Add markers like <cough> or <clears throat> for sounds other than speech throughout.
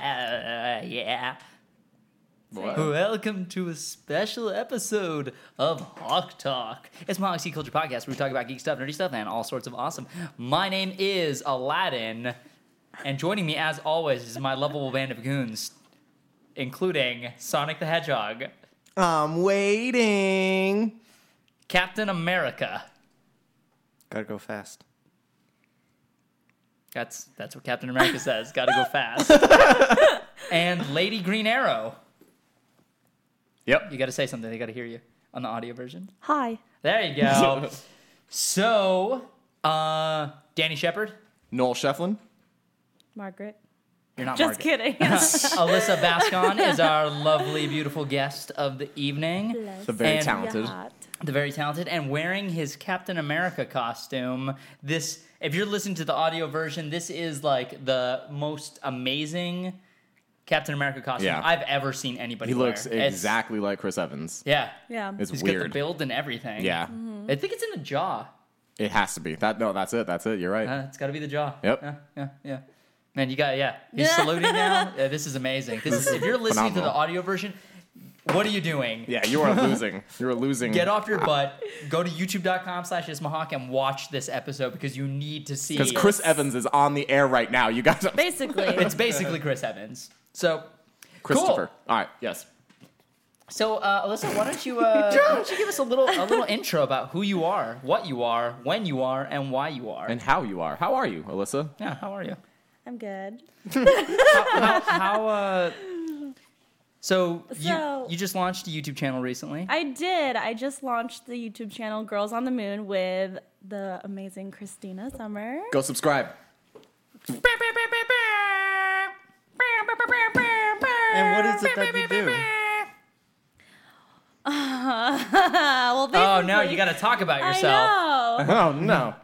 yeah. What? Welcome to a special episode of Hawk Talk. It's my Oxy Culture Podcast where we talk about geek stuff, nerdy stuff, and all sorts of awesome. My name is Aladdin, and joining me, as always, is my lovable band of goons, including Sonic the Hedgehog, I'm waiting. Captain America. Gotta go fast. That's that's what Captain America says. Gotta go fast. <laughs> and Lady Green Arrow. Yep. You gotta say something. They gotta hear you on the audio version. Hi. There you go. <laughs> so, uh, Danny Shepard, Noel Shefflin. Margaret. you're not <laughs> Just Margaret. <laughs> kidding. <laughs> Alyssa Bascon is our lovely, beautiful guest of the evening. The very And- talented. The very talented and wearing his Captain America costume. This, if you're listening to the audio version, this is like the most amazing Captain America costume Yeah. I've ever seen anybody He wear. looks It's- exactly like Chris Evans. yeah. Yeah. It's He's got weird. the build and everything. Yeah. Mm-hmm. I think it's in the jaw. It has to be. That no, that's it. That's it. You're right. Uh, it's got to be the jaw. Yep. Yeah, yeah, yeah. Man, you got yeah. He's saluting now. Yeah, this is amazing. This is if you're listening to the Phenomenal. audio version, what are you doing? yeah, <laughs> you are losing. You're losing. Get off your butt. Go to youtube.com slash ismahawk and watch this episode because you need to see. Because Chris Evans is on the air right now. You got to Basically. It's basically Chris Evans. So, Christopher. Cool. All right. Yes. so uh, Alyssa, why don't you <laughs> uh, why don't you give us a little a little intro about who you are, what you are, when you are, and why you are? And how you are? How are you, Alyssa? yeah, how are you? I'm good. How uh? So, So- you you just launched a YouTube channel recently. I did. I just launched the YouTube channel Girls on the Moon with the amazing Christina Summer. Go subscribe. And what is it that you do? Uh, well, Oh no, basically- you got to talk about I yourself. <laughs> know. <laughs> Oh no.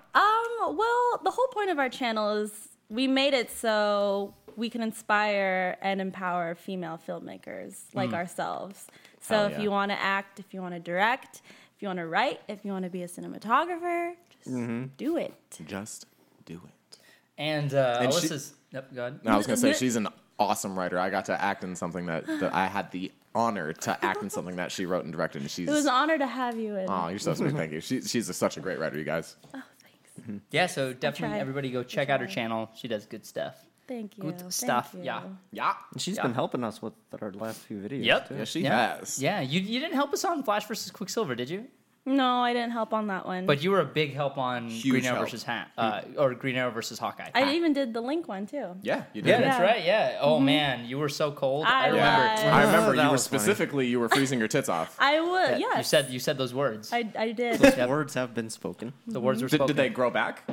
Um, well, the whole point of our channel is we made it so we can inspire and empower female filmmakers like ourselves. So Hell if yeah. you want to act, if you want to direct, if you want to write, if you want to be a cinematographer, just do it. Just do it. And uh, And she- Alyssa's. Yep, go ahead. No, I was gonna say she's an awesome writer. I got to act in something that, that I had the honor to act in something that she wrote and directed. And she's It was an honor to have you in. oh, you're so sweet. Thank you. She, she's a, such a great writer, you guys. Thanks. Yeah, so definitely tried. everybody go check out her channel. She does good stuff. Thank you. Good Thank stuff. you. Yeah. Yeah. She's Yeah. been helping us with our last few videos. Yep. too. <laughs> Yeah, she yeah. has. Yeah, you, you didn't help us on Flash versus Quicksilver, did you? No, I didn't help on that one. But you were a big help on Huge Green Arrow help. versus ha- uh, or Green Arrow versus Hawkeye. I even did the link one too. Yeah, you did. yeah, that's Yeah. Mm-hmm. right. Yeah. Oh man, you were so cold. I remember. lied. I remember That you were was funny. specifically you were freezing your tits off. I would. Yes. You said you said those words. I, I <laughs> did. Yep. Words have been spoken. the words were Did, spoken. did they grow back?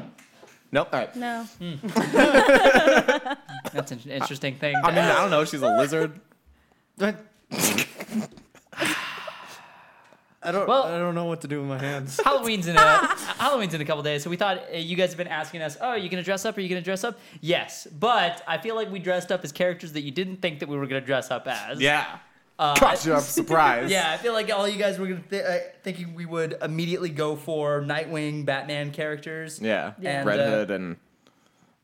Nope. All right. no. <laughs> That's an interesting thing. I mean, I don't know. She's a lizard. I don't. <laughs> Well- I don't know what to do with my hands. Halloween's in a <laughs> Halloween's in a couple days, so we thought uh, you guys have been asking us, "Oh, are you gonna dress up? Are you gonna dress up?" Yes, but I feel like we dressed up as characters that you didn't think that we were gonna dress up as. Yeah. <laughs> Caught you up surprise. Uh, yeah. I feel like all you guys were gonna th- uh, thinking we would immediately go for Nightwing, Batman characters. Yeah. Yeah. And, Red uh, Hood and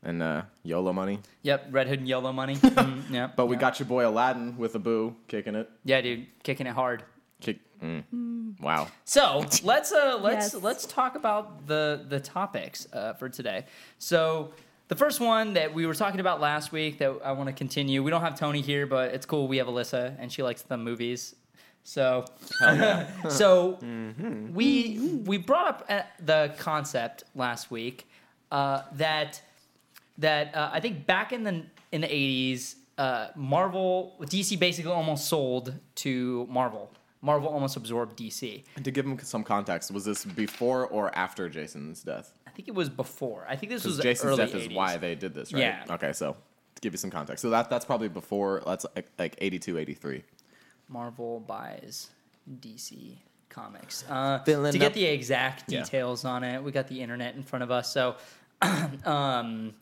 and uh, YOLO money. Yep, Red Hood and Yellow <laughs> Money. Mm, yeah, But we got your boy Aladdin with a boo kicking it. yeah, dude, kicking it hard. Kick. Mm. Wow. So let's uh, let's Yes. let's talk about the the topics uh, for today. So the first one that we were talking about last week that I want to continue. We don't have Tony here, but it's cool. We have Alyssa, and she likes the movies. So <laughs> so we we brought up uh, the concept last week uh, that that uh, I think back in the in the eighties, uh, Marvel DC basically almost sold to Marvel. Marvel almost absorbed DC. And to give him some context, was this before or after Jason's death? I think it was before. I think this was Because Jason's early death 80s. is why they did this, right? Yeah. Okay, so to give you some context. So that that's probably before that's like, like 82, 83. Marvel buys DC Comics. Uh, Filling to get up- the exact Yeah. details on it, we got the internet in front of us. So, <clears throat> um,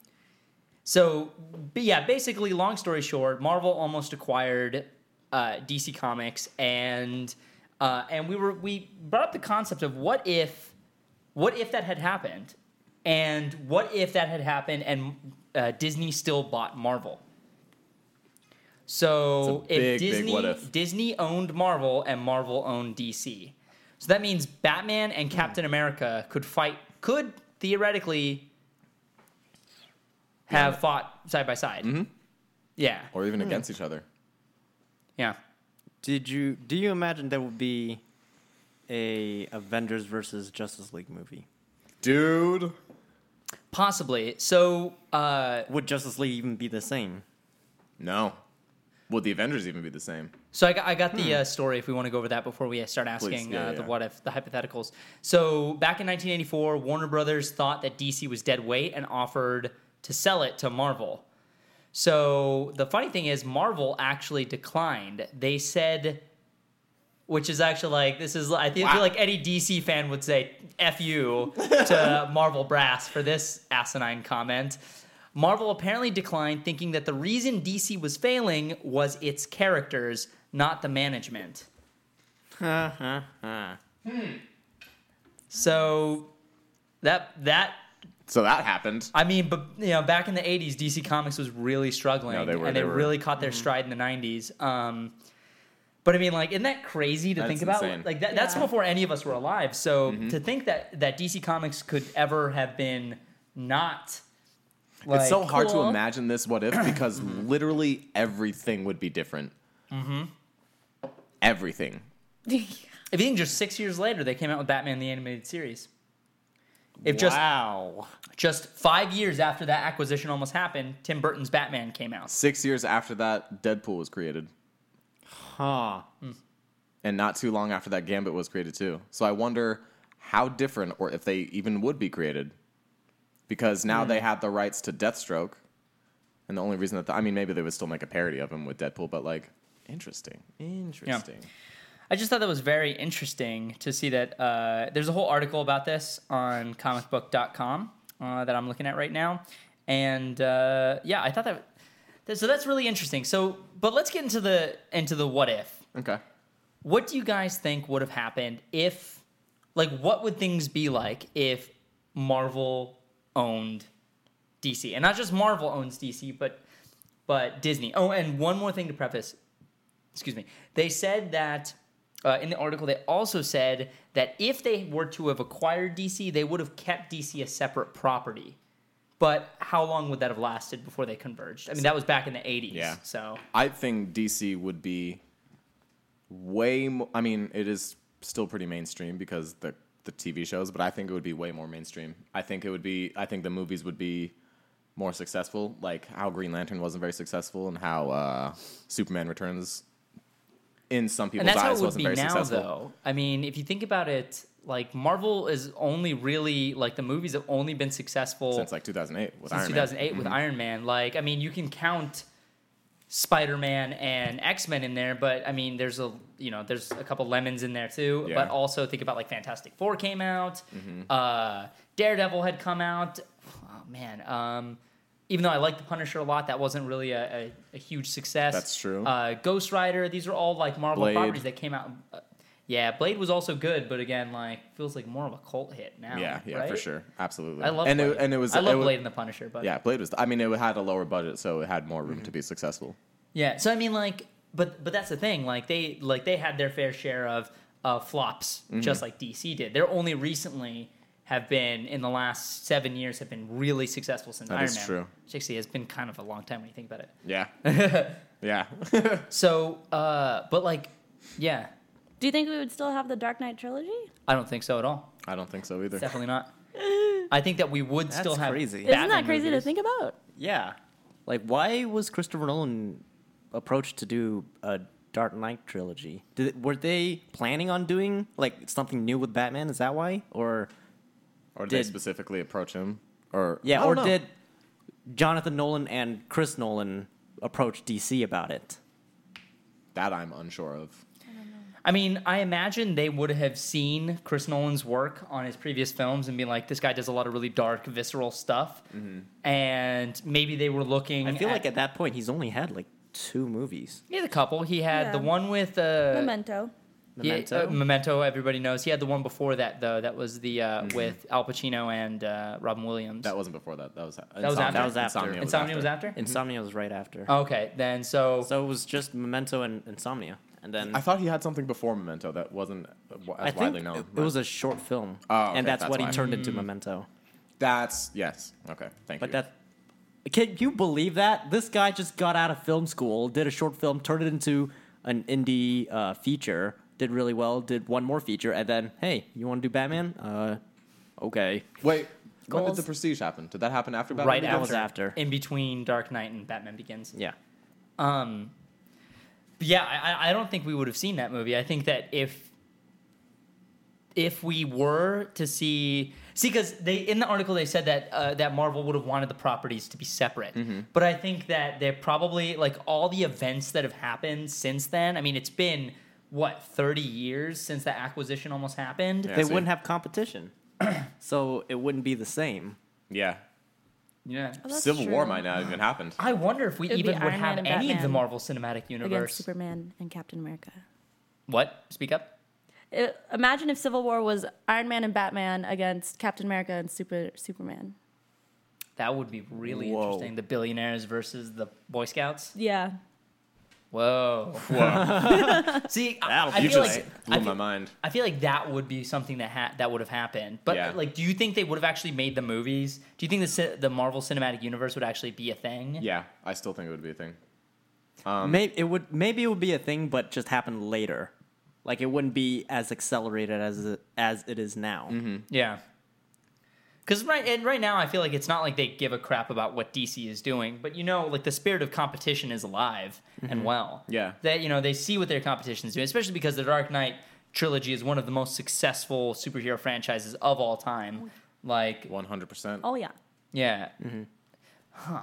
so but yeah, basically, long story short, Marvel almost acquired uh, DC Comics, and uh, and we were we brought up the concept of what if what if that had happened? And what if that had happened and uh, Disney still bought Marvel? So It's a big, big if Disney what if. Disney owned Marvel and Marvel owned DC, so that means Batman Hmm. and Captain America could fight could theoretically have fought side by side. Mm-hmm. Yeah, or even against each other. yeah. <laughs> Did you do you imagine there would be a Avengers versus Justice League movie? Dude, Possibly. So, uh, Would Justice League even be the same? no. Would the Avengers even be the same? so I got, I got the uh, story. If we want to go over that before we start asking Hmm. yeah, uh, the yeah. what if, the hypotheticals. So back in 1984, Warner Brothers thought that DC was dead weight and offered to sell it to Marvel. So the funny thing is, Marvel actually declined. They said, which is actually like this is I think I feel like any DC fan would say "f <laughs> you" to Marvel brass for this asinine comment. Marvel apparently declined, thinking that the reason DC was failing was its characters, not the management. So that that So that happened. I mean, but you know, back in the '80s, DC Comics was really struggling, No, they were- and they it were- Mm-hmm. really caught their stride in the '90s. Um, but I mean, like, isn't that crazy to That's think about? insane. Mm-hmm. Like, that, that's Yeah. before any of us were alive. So to think that that DC Comics could ever have been not, like, it's so hard to Cool. imagine this what if because literally everything would be different. Mm-hmm. Everything. if you think just six years later, they came out with Batman the Animated Series. If just wow. just five years after that acquisition almost happened, Tim Burton's Batman came out. Six years after that, Deadpool was created. Huh. And not too long after that, Gambit was created too. So I wonder how different or if they even would be created. Because now they have the rights to Deathstroke. And the only reason that, the, I mean, maybe they would still make a parody of him with Deadpool, but like, interesting. Interesting. I just thought that was very interesting to see that uh, there's a whole article about this on comicbook.com uh, that I'm looking at right now. And uh, yeah, I thought that, that- so that's really interesting. So, but let's get into the into the what if. Okay. What do you guys think would have happened if like what would things be like if Marvel owned DC? And not just Marvel owns DC, but but Disney. Oh, and one more thing to preface. Excuse me. They said that uh, in the article, they also said that if they were to have acquired DC, they would have kept DC a separate property. But how long would that have lasted before they converged? I mean, that was back in the 80s. Yeah. So, I think DC would be way more. I mean, it is still pretty mainstream because the the TV shows, but I think it would be way more mainstream. I think it would be. I think the movies would be more successful, like how Green Lantern wasn't very successful, and how uh, Superman Returns in some and people's that's how eyes it would wasn't be very now, successful. though. I mean, if you think about it, like Marvel is only really like the movies have only been successful Since like 2008 with since Iron Mm-hmm. 2008 with Iron Man. Like, I mean, you can count Spider Man and X Men in there, but I mean, there's a you know, there's a couple lemons in there too. Yeah. Mm-hmm. But also think about like Fantastic Four came out, uh, Daredevil had come out. Oh man, um, even though I like the Punisher a lot, that wasn't really a, a, a huge success. That's true. Uh, Ghost Rider, these are all like Marvel Blade. properties that came out. Uh, yeah, Blade was also good, but again, like feels like more of a cult hit now. Adam. Yeah, yeah, for right? sure, absolutely. I love and Blade. it, and it was I love it wa- Blade and the Punisher, but Yeah, Blade was. I mean, it had a lower budget, so it had more room to be successful. Yeah. So I mean, like, but but that's the thing. Like they like they had their fair share of uh, flops, Mm-hmm. just like DC did. They're only recently have been in the last seven years have been really successful since That Iron is Man. true. Which actually has been kind of a long time when you think about it. <laughs> Yeah, yeah. So, uh, but like, yeah, Do you think we would still have the Dark Knight trilogy? I don't think so at all. I don't think so either. Definitely <laughs> not. I think that we would still That's have. crazy. Isn't Isn't Batman that crazy movies. to think about? Yeah. Like, why was Christopher Nolan approached to do a Dark Knight trilogy? Did, were they planning on doing like something new with Batman? Is that why? Or Or did they Did- specifically approach him? Or I yeah, don't or know. did Jonathan Nolan and Chris Nolan approach DC about it? that I'm unsure of. I mean, I imagine they would have seen Chris Nolan's work on his previous films and been like, this guy does a lot of really dark, visceral stuff. And maybe they were looking. I feel at, like at that point he's only had like two movies. he had a couple. He had the Yeah. one with uh, Memento. He, Memento. uh, Memento, everybody knows. He had the one before that though. That was the uh, with Al Pacino and uh, Robin Williams. That wasn't before that. That was that was after? That was after. Insomnia was Insomnia after. was after. Insomnia was right after. Oh. Okay, then so, So it was just Memento and Insomnia, and then I thought he had something before Memento that wasn't uh, w- I as think widely known. it, it but- was a short film, Oh, okay, and that's, that's what why. Mm-hmm. he turned into Memento. that's yes. Okay, thank But you. that, can you believe that this guy just got out of film school, did a short film, turned it into an indie uh, feature, did really well, did one more feature, and then hey, you want to do Batman? Uh, okay, Wait, when did Goals. the Prestige happen? Did that happen after Batman? right Begins? after, That was after. in between Dark Knight and Batman Begins. yeah. Um, but yeah, I, I- I don't think we would have seen that movie. I think that if if we were to see see because they in the article they said that uh, that Marvel would have wanted the properties to be separate, but I think that they're probably like all the events that have happened since then. I mean, it's been what thirty years since the acquisition almost happened. Yeah. they see. wouldn't <clears throat> have competition, so it wouldn't be the same. Yeah, Yeah. Oh, that's Civil War true. might not have even happened. I wonder if we It'd be even would Iron have Man and any of the Batman Marvel Cinematic against Universe. Superman and Captain America. What? Speak up. I- imagine if Civil War was Iron Man and Batman against Captain America and Super Superman. That would be really Whoa. interesting. The billionaires versus the Boy Scouts. Yeah. Whoa. <laughs> See, I, That'll I be you feel just like blew I my feel, mind. I feel like that would be something that ha- that would have happened. But Yeah. like, do you think they would have actually made the movies? Do you think the ci- the Marvel Cinematic Universe would actually be a thing? Yeah, I still think it would be a thing. Um, maybe it would maybe it would be a thing, but just happen later. Like it wouldn't be as accelerated as it, as it is now. Mm-hmm. Yeah. Because right and right now, I feel like it's not like they give a crap about what DC is doing, but you know, like the spirit of competition is alive and well. Yeah. that you know they see what their competition is doing, especially because the Dark Knight trilogy is one of the most successful superhero franchises of all time. Like, One hundred percent. Oh yeah. yeah, huh?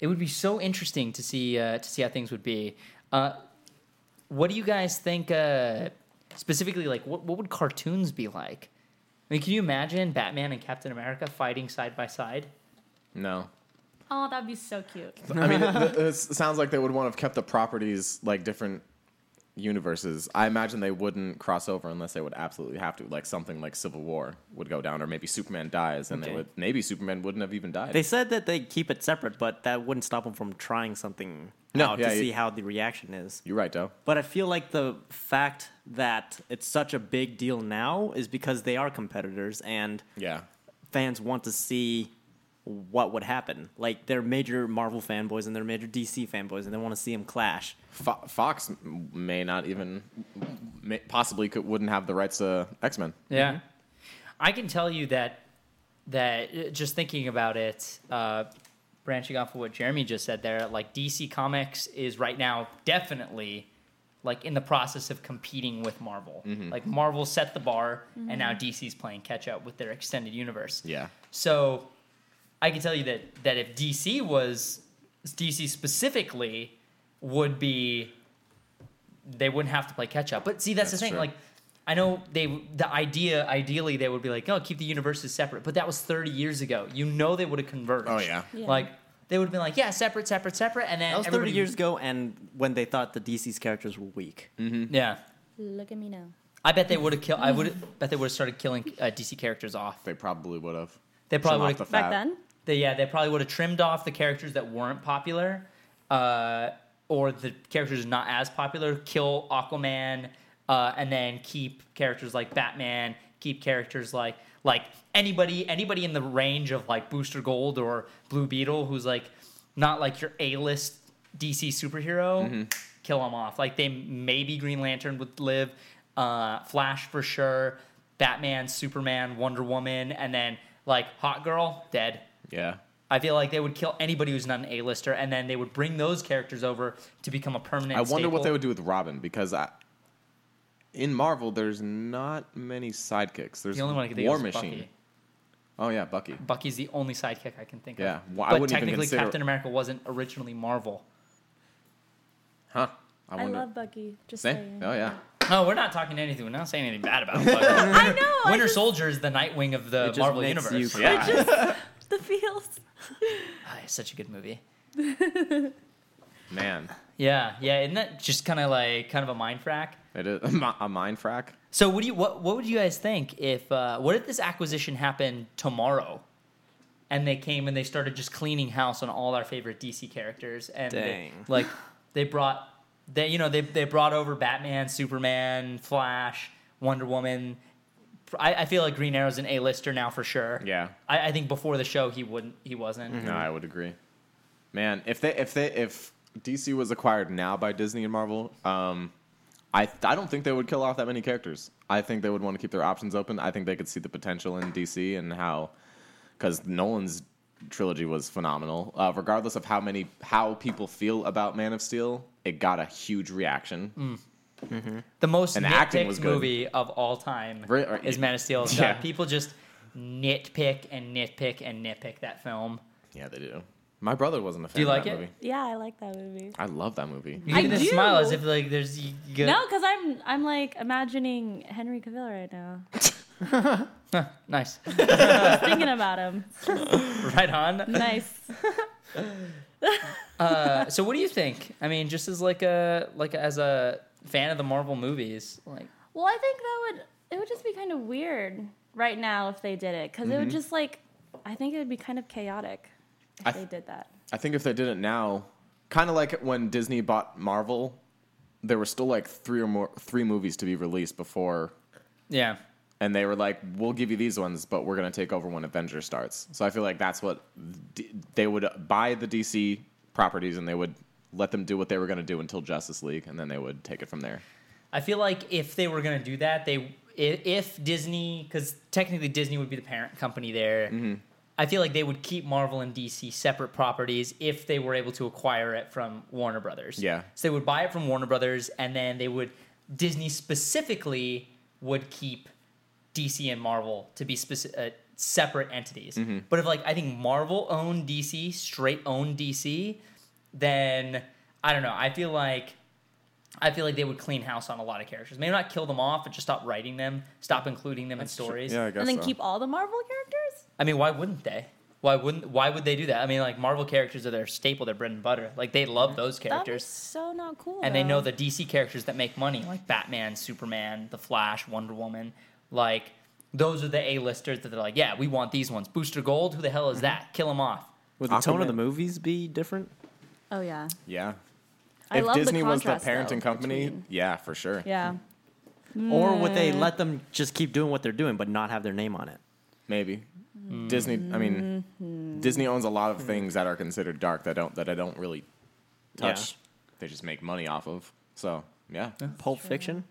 It would be so interesting to see uh, to see how things would be. Uh, what do you guys think? Uh, specifically, like, what what would cartoons be like? I mean, can you imagine Batman and Captain America fighting side by side? No, Oh, that'd be so cute. I mean, it, it- it uh, sounds like they would want to have kept the properties like different universes. I imagine they wouldn't cross over unless they would absolutely have to. Like something like Civil War would go down, or maybe Superman dies, and they Okay. would maybe Superman wouldn't have even died. They said that they keep it separate, but that wouldn't stop them from trying something No, out yeah, to you- see how the reaction is. You're right, though. But I feel like the fact that it's such a big deal now is because they are competitors and Yeah, fans want to see what would happen. Like they're major Marvel fanboys and they're major DC fanboys, and they want to see them clash. Fo- Fox m- may not even may, possibly could, wouldn't have the rights to X Men. Yeah, Mm-hmm. I can tell you that that uh, just thinking about it, uh, branching off of what Jeremy just said there, like DC Comics is right now definitely like in the process of competing with Marvel. Like Marvel set the bar, and now DC's playing catch up with their extended universe. Yeah, So I can tell you that that if DC was DC specifically would be they wouldn't have to play catch up. But see, that's, That's the thing. true. Like I know they the idea ideally they would be like, oh, keep the universes separate. But that was 30 years ago. You know they would have converged. Oh, yeah. Yeah. Like they would have been like, yeah, separate, separate, separate, and then That was everybody- 30 years ago, and when they thought the DC's characters were weak. Yeah. Look at me now. I bet they would have killed. I would bet they would have started killing uh, DC characters off. they probably would have. They probably Some would off have the Back fat. then, they, yeah, they probably would have trimmed off the characters that weren't popular, uh, or the characters not as popular. Kill Aquaman, uh, and then keep characters like Batman. Keep characters like like anybody anybody in the range of like Booster Gold or Blue Beetle, who's like not like your A list DC superhero. Kill them off. Like they maybe Green Lantern would live, uh, Flash for sure, Batman, Superman, Wonder Woman, and then like Hot Girl dead. Yeah, I feel like they would kill anybody who's not an A-lister, and then they would bring those characters over to become a permanent. I wonder what staple. they would do with Robin because I. In Marvel, there's not many sidekicks. There's The only one I can think War of is Machine. Bucky. Oh yeah, Bucky. Bucky's the only sidekick I can think Yeah, of. well, I but wouldn't even technically, consider- Captain America wasn't originally Marvel. Huh. I, wonder. love Bucky. Just Same. saying. Oh yeah. No, we're not talking anything. We're not saying anything bad about. <laughs> Bucky. I know. Winter I just, Soldier is the Nightwing of the It just Marvel makes universe. you cry. Yeah. <laughs> the feels. Ah, it's such a good movie. Man. Yeah, yeah, isn't that just kind of like kind of a mind frack? It is <laughs> a, mi- a mind frack. So what do you what what would you guys think if uh, what if this acquisition happened tomorrow, and they came and they started just cleaning house on all our favorite DC characters and they- Dang. like they brought they you know they they brought over Batman, Superman, Flash, Wonder Woman. I, I feel like Green Arrow's an A lister now for sure. Yeah. Mm-hmm. I, I think before the show he wouldn't he wasn't. No, I would agree. Man, if they if they if DC was acquired now by Disney and Marvel, um, I I don't think they would kill off that many characters. I think they would want to keep their options open. I think they could see the potential in DC and how because Nolan's trilogy was phenomenal. Uh, regardless of how many how people feel about Man of Steel, it got a huge reaction. Mm. The most And the acting was nitpicked good. movie of all time Re- or- is Man of Steel. It's Yeah. got- People just nitpick and nitpick and nitpick that film. Yeah, they do. My brother wasn't a fan you of like that it? movie. Yeah, I like that movie. I love that movie. You I can do. just smile as if like there's you, you go, No, because I'm I'm like imagining Henry Cavill right now. nice <laughs> <laughs> Just thinking about him. right on. Nice. Uh, so what do you think? I mean, just as like a like as a fan of the Marvel movies, like Well, I think that would it would just be kind of weird right now if they did it because Mm-hmm. it would just like I think it would be kind of chaotic if I- they did that. I think if they did it now, kind of like when Disney bought Marvel, there were still like three or more three movies to be released before, yeah, and they were like, "We'll give you these ones, but we're gonna take over when Avengers starts." So I feel like that's what D- they would buy the DC properties, and they would let them do what they were gonna do until Justice League, and then they would take it from there. I feel like if they were gonna do that, they i- if Disney because technically Disney would be the parent company there. I feel like they would keep Marvel and DC separate properties if they were able to acquire it from Warner Brothers. Yeah. So they would buy it from Warner Brothers, and then they would Disney specifically would keep DC and Marvel to be speci uh, separate entities. But if like I think Marvel owned DC, straight owned DC, then I don't know. I feel like I feel like they would clean house on a lot of characters. Maybe not kill them off, but just stop writing them, stop including them in stories. Yeah, I guess. And then so. keep all the Marvel characters. I mean, why wouldn't they? Why wouldn't why would they do that? I mean, like Marvel characters are their staple, their bread and butter. Like they love those That was characters. so not cool. And they though. know the DC characters that make money, like Batman, Superman, The Flash, Wonder Woman. Like those are the A-listers that they're like, yeah, we want these ones. Booster Gold, who the hell Mm-hmm. is that? Kill him off. Would the tone Aquaman. of the movies be different? Oh yeah. yeah. I if love the Disney was the contrast, though, parenting company, between- yeah, for sure. Yeah. Or would they let them just keep doing what they're doing but not have their name on it? Maybe. Mm-hmm. Disney. I mean, Disney owns a lot of things that are considered dark that don't that I don't really touch. They just make money off of. So yeah, Pulp Fiction,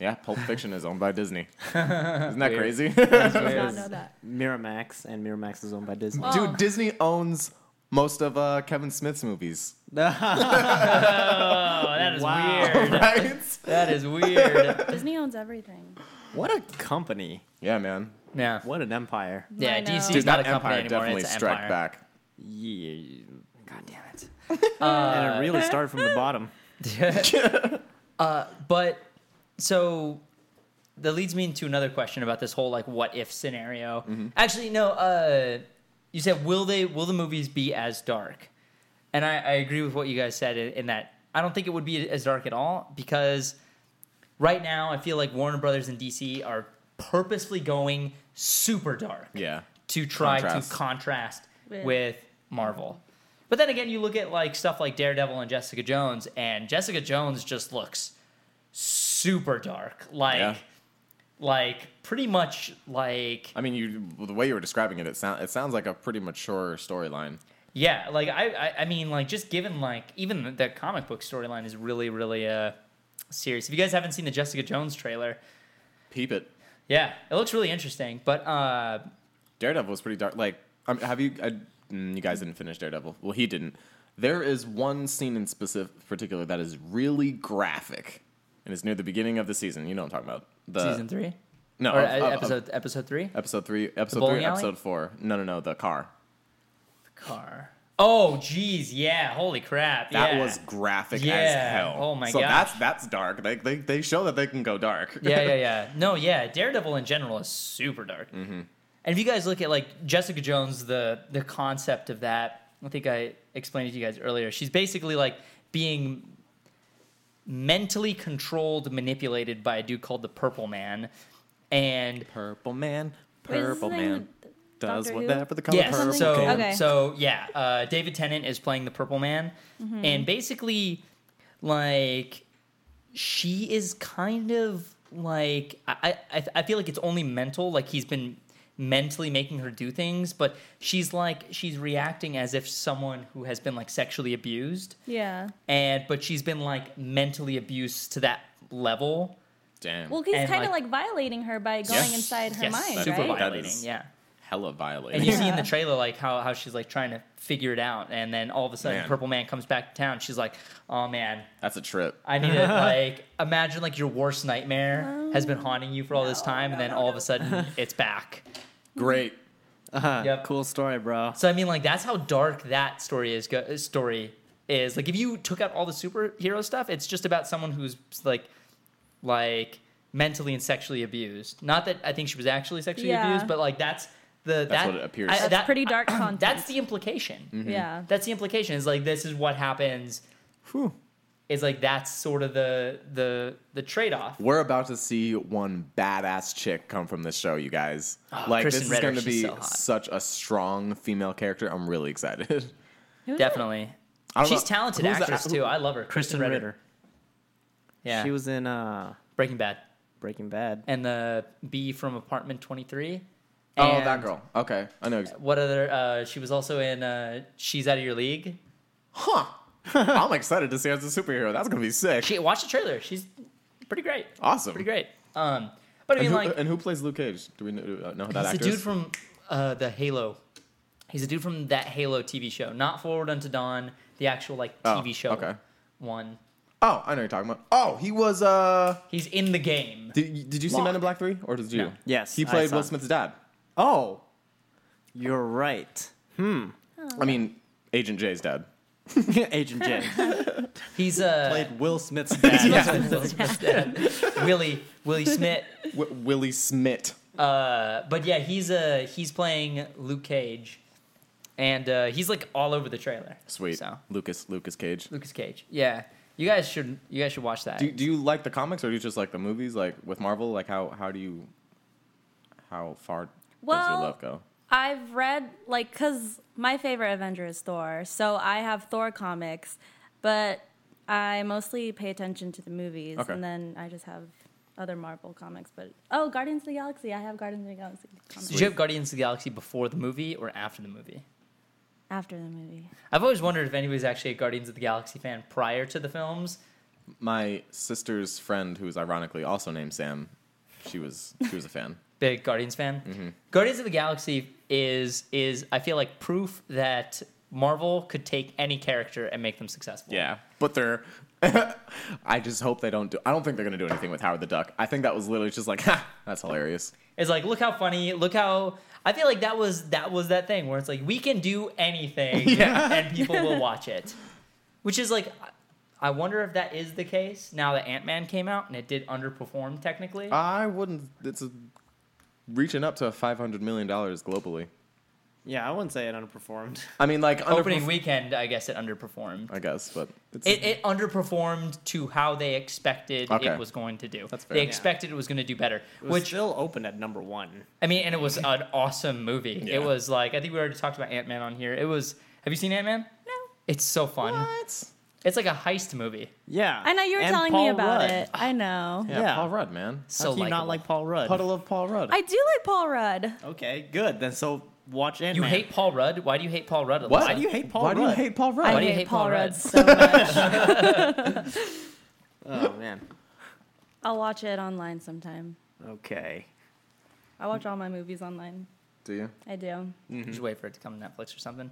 yeah. Pulp Fiction is owned <laughs> by Disney. Isn't that crazy, Did not know that. Miramax, and Miramax is owned by <laughs> Disney. dude? Disney owns most of uh, Kevin Smith's <laughs> movies, Oh, that is Wow. weird. right? That is weird. <laughs> Disney owns everything. What a company! yeah, man. Yeah. What an empire! Yeah, I know. DC's Dude, not that a company empire anymore. definitely it's an struck empire. back. Yeah, God damn it. and it really started from the bottom. <laughs> Uh, But so that leads me into another question about this whole like what if scenario. Actually, no. Uh, you said will they will the movies be as dark? And I, I agree with what you guys said in, in that I don't think it would be as dark at all because right now I feel like Warner Brothers and DC are purposely going super dark Yeah, to try Contrast. to contrast With- with Marvel. But then again, you look at like stuff like Daredevil and Jessica Jones, and Jessica Jones just looks super dark, like Yeah. like pretty much like I mean, you well, the way you were describing it, it sound it sounds like a pretty mature storyline. yeah, like I I, I mean like just given like even the, the comic book storyline is really really uh serious. If you guys haven't seen the Jessica Jones trailer, Peep it. yeah, it looks really interesting. But uh Daredevil was pretty dark. Like, um, have you? I, mm, you guys didn't finish Daredevil. Well, he didn't. There is one scene in specific particular that is really graphic, and it's near the beginning of the season. You know what I'm talking about? The, season three No, uh, or of- uh, of- of- episode episode three episode three, episode bowling three, alley? episode four. No, no, no, the car. car. Oh, geez, yeah, holy crap, That yeah. was graphic as Yeah. hell. Oh my so gosh. that's that's dark. They, they they show that they can go dark. yeah, yeah, yeah. No, yeah. Daredevil in general is super dark. And if you guys look at like Jessica Jones, the the concept of that, I think I explained it to you guys earlier. She's basically like being mentally controlled, manipulated by a dude called the Purple Man. And Purple man, Wait, is this purple thing man with does Doctor whatever Who? the color yes, purple. so can. Okay. so yeah, uh, David Tennant is playing the Purple Man, Mm-hmm. and basically, like, she is kind of like I, I I feel like it's only mental. Like he's been mentally making her do things, but she's like she's reacting as if someone who has been like sexually abused, Yeah. and but she's been like mentally abused to that level. <laughs> damn, Well, he's And, kind of like- like, violating her by going Yes. inside her yes, mind, super right? That violating. is- Yeah. hella And violating. you see in Yeah. the trailer like how, how she's like trying to figure it out, and then all of a sudden, Man. Purple Man comes back to town. She's like, "Oh man, That's a trip. I need <laughs> to like imagine like your worst nightmare has been haunting you for all this time, and then all of a <laughs> sudden, it's back." Great. Yep. Cool story, bro. So I mean, like that's how dark that story is. Go- uh, story is like if you took out all the superhero stuff, it's just about someone who's like, like mentally and sexually abused. Not that I think she was actually sexually Yeah. abused, but like that's the that's that, what it appears. I- That's that- pretty dark <clears throat> content. That's the implication. Yeah. That's the implication. Is like this is what happens. Whew. Is like that's sort of the the the trade off. We're about to see one badass chick come from this show, you guys. like Ah, Kristen this Ritter, is going to she's be so hot. such a strong female character. I'm really excited. <laughs> Who's Definitely. I don't She's know- talented who's the- actress who- too. I love her. Kristen Ritter. Yeah. She was in uh, Breaking Bad Breaking Bad. and the B from Apartment 23. Oh, And that girl. Okay, I know. ex- What other? Uh, she was also in uh, She's Out of Your League. Huh. <laughs> I'm excited to see her as a superhero. That's gonna be sick. She watch the trailer. She's pretty great. awesome. Pretty great. Um, but I And mean, who, like, and who plays Luke Cage? Do we know, uh, know who that he's a actor dude is? from uh, the Halo. He's a dude from that Halo TV show, not Forward Unto Dawn, the actual like Oh, TV show okay. one. oh, I know who you're talking about. Oh, he was. uh He's in the game. Did, did you see Locke. Men in Black Three, or did you? No. Yes, He I played saw Will it. Smith's dad. Oh, you're right. I mean, Agent J's dad. Agent J He's uh, <laughs> <laughs> played Will Smith's <laughs> dad. Willie Willie Smith. W- Willie Smith. Uh, but yeah, he's uh he's playing Luke Cage, and uh, he's like all over the trailer. Sweet. So Lucas. Lucas Cage. Lucas Cage. Yeah, you guys should you guys should watch that. Do, do you like the comics or do you just like the movies? Like with Marvel, like how how do you how far does your Well, love go? I've read like because my favorite Avenger is Thor, so I have Thor comics, but I mostly pay attention to the movies, Okay. and then I just have other Marvel comics. But oh, Guardians of the Galaxy! I have Guardians of the Galaxy comics Did you have Guardians of the Galaxy before the movie or after the movie? after the movie. I've always wondered if anybody's actually a Guardians of the Galaxy fan prior to the films. My sister's friend, who is ironically also named Sam, she was she was a fan. Big Guardians fan. Mm-hmm. Guardians of the Galaxy is is I feel like proof that Marvel could take any character and make them successful. <laughs> Yeah, but they're. <laughs> I just hope they don't do. I don't think they're gonna do anything with Howard the Duck. I think that was literally just like, <laughs> ha, that's hilarious. It's like, look how funny, look how I feel like that was that was that thing where it's like we can do <laughs> anything and people will watch it. Which is like I wonder if that is the case now that Ant Man came out and it did underperform technically. I wouldn't. It's a, reaching up to five hundred million dollars globally. yeah, I wouldn't say it underperformed. I mean, like under- Opening weekend, I guess it underperformed. I guess, but it's, It, it underperformed to how they expected Okay. it was going to do. That's fair. They Yeah. expected it was going to do better, Which which still opened at number one. I mean, and it was an awesome movie. Yeah. It was like I think we already talked about Ant Man on here. It was. Have you seen Ant Man? No, It's so fun. what? It's like a heist movie. Yeah, I know you were And telling me Paul about Rudd. it. I <laughs> know. Yeah, Yeah. Paul Rudd, man. How So can you not likable. like Paul Rudd? Puddle of Paul Rudd. I do like Paul Rudd. Okay, good. Then so watch Ant. You hate Paul Rudd? Why do you hate Paul Rudd? Why Alyssa? do you hate Paul Why Rudd? do you hate Paul Rudd? I Oh, Why do you hate Paul Rudd? so <laughs> much. Oh man. I'll watch it online sometime. Okay. I watch all my movies online. Do you? I do. Just wait for it to come to Netflix or something.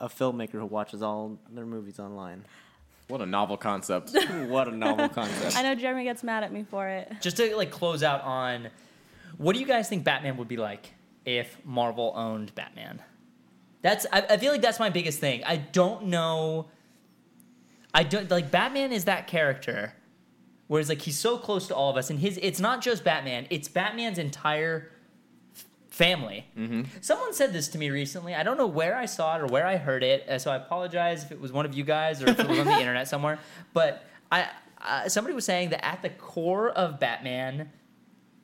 A filmmaker who watches all their movies <laughs> online. What a <laughs> novel concept. what a novel concept. I know Jeremy gets mad at me for it. Just to like close out on, what do you guys think Batman would be like if Marvel owned Batman? That's I, I feel like that's my biggest thing. I don't know. I don't like Batman is that character, whereas like he's so close to all of us, and his it's not just Batman; it's Batman's entire f- family. Someone said this to me recently. I don't know where I saw it or where I heard it, uh, so I apologize if it was one of you guys or if it was on the internet somewhere. But I uh, somebody was saying that at the core of Batman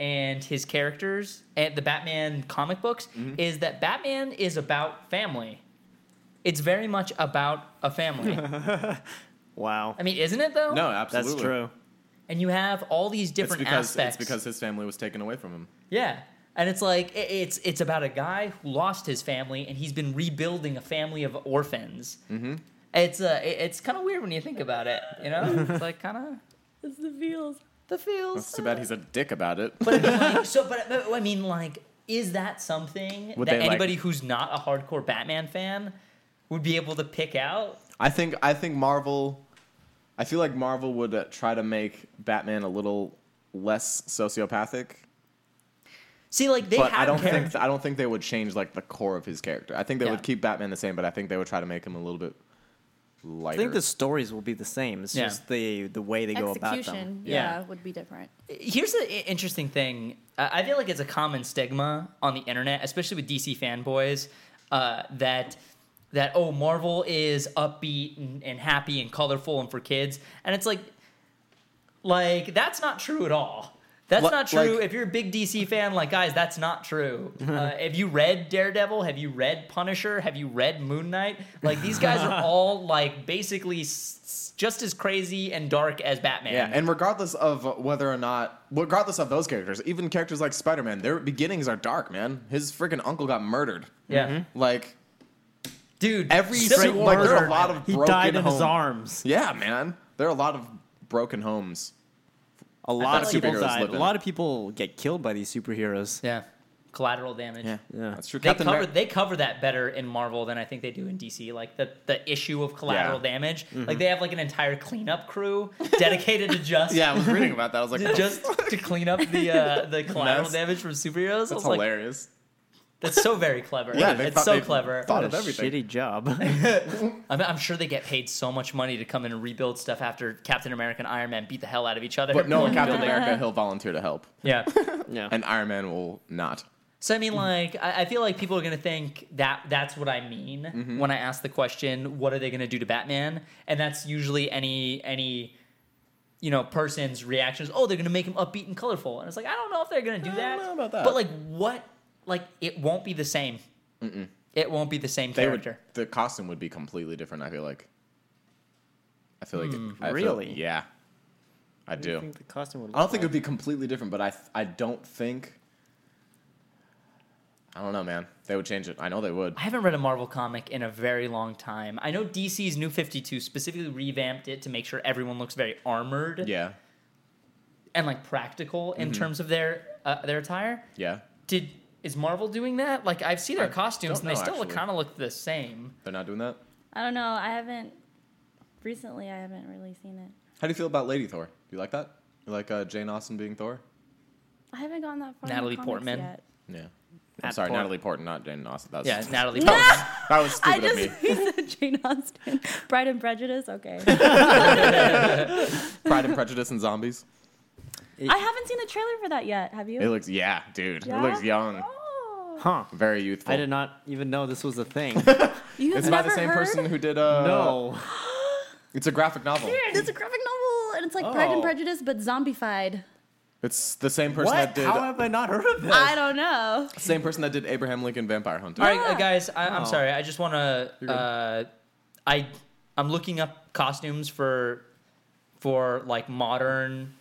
and his characters and the Batman comic books Mm-hmm. is that Batman is about family. It's very much about a <laughs> family. Wow. I mean, isn't it though? No, absolutely. That's true. And you have all these It's different because aspects. it's because his family was taken away from him. Yeah. And it's like i- it's it's about a guy who lost his family and he's been rebuilding a family of orphans. Mm-hmm. It's uh, i- it's kind of weird when you think about it. You know, it's like kind of <laughs> It's the feels. the feels. It's too bad he's a dick about it. <laughs> But I mean, like, so, but, but I mean, like, is that something Would that they, like- anybody who's not a hardcore Batman fan would be able to pick out? I think I think Marvel. I feel like Marvel would uh, try to make Batman a little less sociopathic, See, like they but have I don't characters. think I don't think they would change like the core of his character. I think they Yeah. would keep Batman the same, but I think they would try to make him a little bit I lighter. think the stories will be the same. It's Yeah. just the the way they go about them. Execution, Yeah. yeah, would be different. Here's an interesting thing. I I feel like it's a common stigma on the internet, especially with DC fanboys, uh, that that oh Marvel is upbeat and, and happy and colorful and for kids, and it's like like that's not true at all. That's Li- not true. like- if you're a big DC fan, like guys, that's not <laughs> true. Uh, have you read Daredevil? Have you read Punisher? Have you read Moon Knight? Like these guys <laughs> are all like basically s- s- just as crazy and dark as Batman. yeah, and regardless of whether or not, regardless of those characters, even characters like Spider Man, their beginnings are dark, man. His freaking uncle got murdered. yeah. Like Dude, every Civil single like there are murder. a lot of He broken died in homes. his arms. Yeah, man. There are a lot of broken homes. A lot of thought people superheroes died. live A in- lot of people get killed by these superheroes. Yeah. Collateral damage. Yeah. that's true. They Captain cover Mar- they cover that better in Marvel than I think they do in DC. Like the, the issue of collateral Yeah. Mm-hmm. damage. Like they have like an entire cleanup crew <laughs> dedicated to just yeah, I was reading about that. I was like, "Oh, to just to clean up the uh, <laughs> the collateral Mess. damage from superheroes. I was that's like, hilarious. that's so very clever. Yeah, they it's thought- so they clever. thought What of a everything. shitty job. I'm, I'm sure they get paid so much money to come in and rebuild stuff after Captain America and Iron Man beat the hell out of each other. But no, Like, Captain building- America, he'll volunteer to help, Yeah. <laughs> yeah. and Iron Man will not. So I mean, Mm-hmm. like, I, I feel like people are gonna think that that's what I mean Mm-hmm. when I ask the question, "What are they gonna do to Batman?" And that's usually any any you know person's reactions. Oh, they're gonna make him upbeat and colorful, and it's like I don't know if they're gonna do that. know about that. But like, what? Like, it won't be the same. It won't be the same They character. would. The costume would be completely different. I feel like. I feel like. it, I feel- really? yeah, I do. I think the costume would I don't think it would be completely different, but I I don't think. I don't know, man. They would change it. I know they would. I haven't read a Marvel comic in a very long time. I know DC's New Fifty Two specifically revamped it to make sure everyone looks very armored Yeah, Mm-hmm. and like practical in terms of their uh, their attire. yeah. Did is Marvel doing that? Like I've seen their I costumes don't and they know, still actually. kind of look the same. They're not doing that. I don't know. I haven't recently. I haven't really seen it. How do you feel about Lady Thor? You like that? You like uh, Jane Austen being Thor? I haven't gone that far. in the Natalie comics Portman. Yet. Yeah. I'm Nat sorry, Port- Natalie Portman, not Jane Austen. That's Yeah, Natalie. <laughs> No! Portman. <laughs> that was I stupid of me. just <laughs> you said Jane Austen, <laughs> Pride and Prejudice. Okay, Pride and Prejudice and Zombies. <laughs> I haven't seen the trailer for that yet. Have you? It looks, yeah, dude. Yeah? It looks young, Oh. Huh. very youthful. I did not even know this was a thing. You have It's by never the same heard? person who did. Uh, <laughs> no. it's a graphic novel. Weird, It's a graphic novel, and it's like Pride Oh. and Prejudice, but zombified. It's the same person that What? did. How have I not heard of this? I don't know. same person that did Abraham Lincoln Vampire Hunter. All right, uh, guys. I, I'm Oh. sorry. I just want to. good. Uh, I I'm looking up costumes for for like modern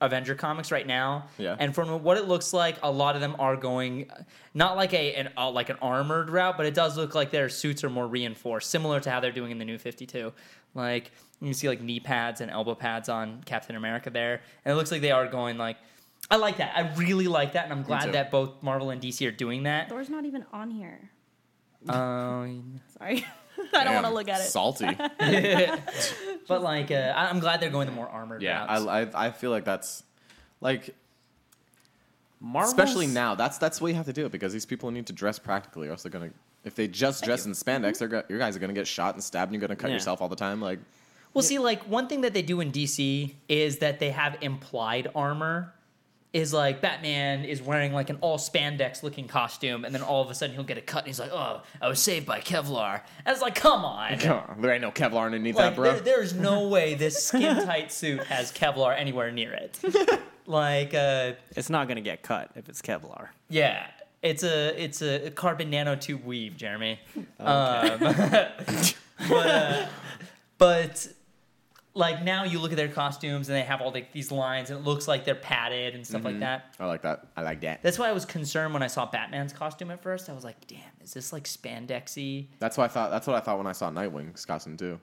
Avenger comics right now. Yeah. And from what it looks like, a lot of them are going not like a an uh, like an armored route, but it does look like their suits are more reinforced, similar to how they're doing in the New Fifty Two. Like you can see like knee pads and elbow pads on Captain America there, and it looks like they are going like. I like that. I really like that, and I'm glad too. that both Marvel and DC are doing that. Thor's not even on here. Um, Sorry, <laughs> I don't Damn, want to look at it. Salty. <laughs> <laughs> But like, uh, I- I'm glad they're going the more armored yeah, routes. I, I, I feel like that's, like, Marvel's- especially now. That's that's what you have to do because these people need to dress practically, or else they're gonna. If they just dress in spandex, Mm-hmm. they're go- your guys are gonna get shot and stabbed, and you're gonna cut Yeah. yourself all the time. Like, well, see, like one thing that they do in DC is that they have implied armor. is like Batman is wearing like an all spandex looking costume, and then all of a sudden he'll get a cut, and he's like, "Oh, I was saved by Kevlar." And it's like, come on, Come on, <laughs> there ain't no Kevlar <laughs> underneath like that, bro. there, there's no <laughs> way this skin tight suit has Kevlar anywhere near <laughs> it. like, uh, It's not gonna get cut if it's Kevlar. yeah, it's a it's a carbon nanotube weave, <laughs> Jeremy. Um, <laughs> but uh, but like now you look at their costumes and they have all the, these lines and it looks like they're padded and stuff Mm-hmm. like that. I like that. I like that. That's why I was concerned when I saw Batman's costume at first. I was like, damn, is this like spandexy? That's what I thought. That's what I thought when I saw Nightwing's costume too.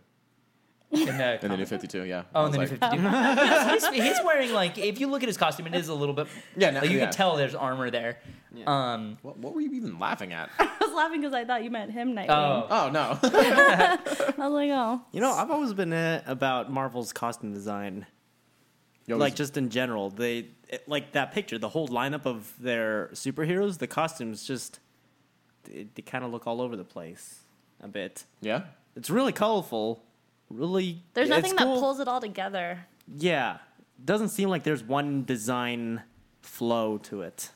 In the <laughs> In the New Fifty Two, yeah. I <laughs> Oh, and was then like, if he's, he's, he's wearing like if you look at his costume, it is a little bit Yeah, no, like you yeah. can tell there's armor there. Um, What, what were you even laughing <laughs> at? I was laughing because I thought you meant him, Nightwing. oh, Oh no. <laughs> I was like, oh. You know, I've always been eh, about Marvel's costume design, Yo, like this- just in general. They it- like that picture, the whole lineup of their superheroes, the costumes just they, they kind of look all over the place a bit. yeah. It's really colorful, really. There's it's nothing cool. that pulls it all together. Yeah, doesn't seem like there's one design flow to it.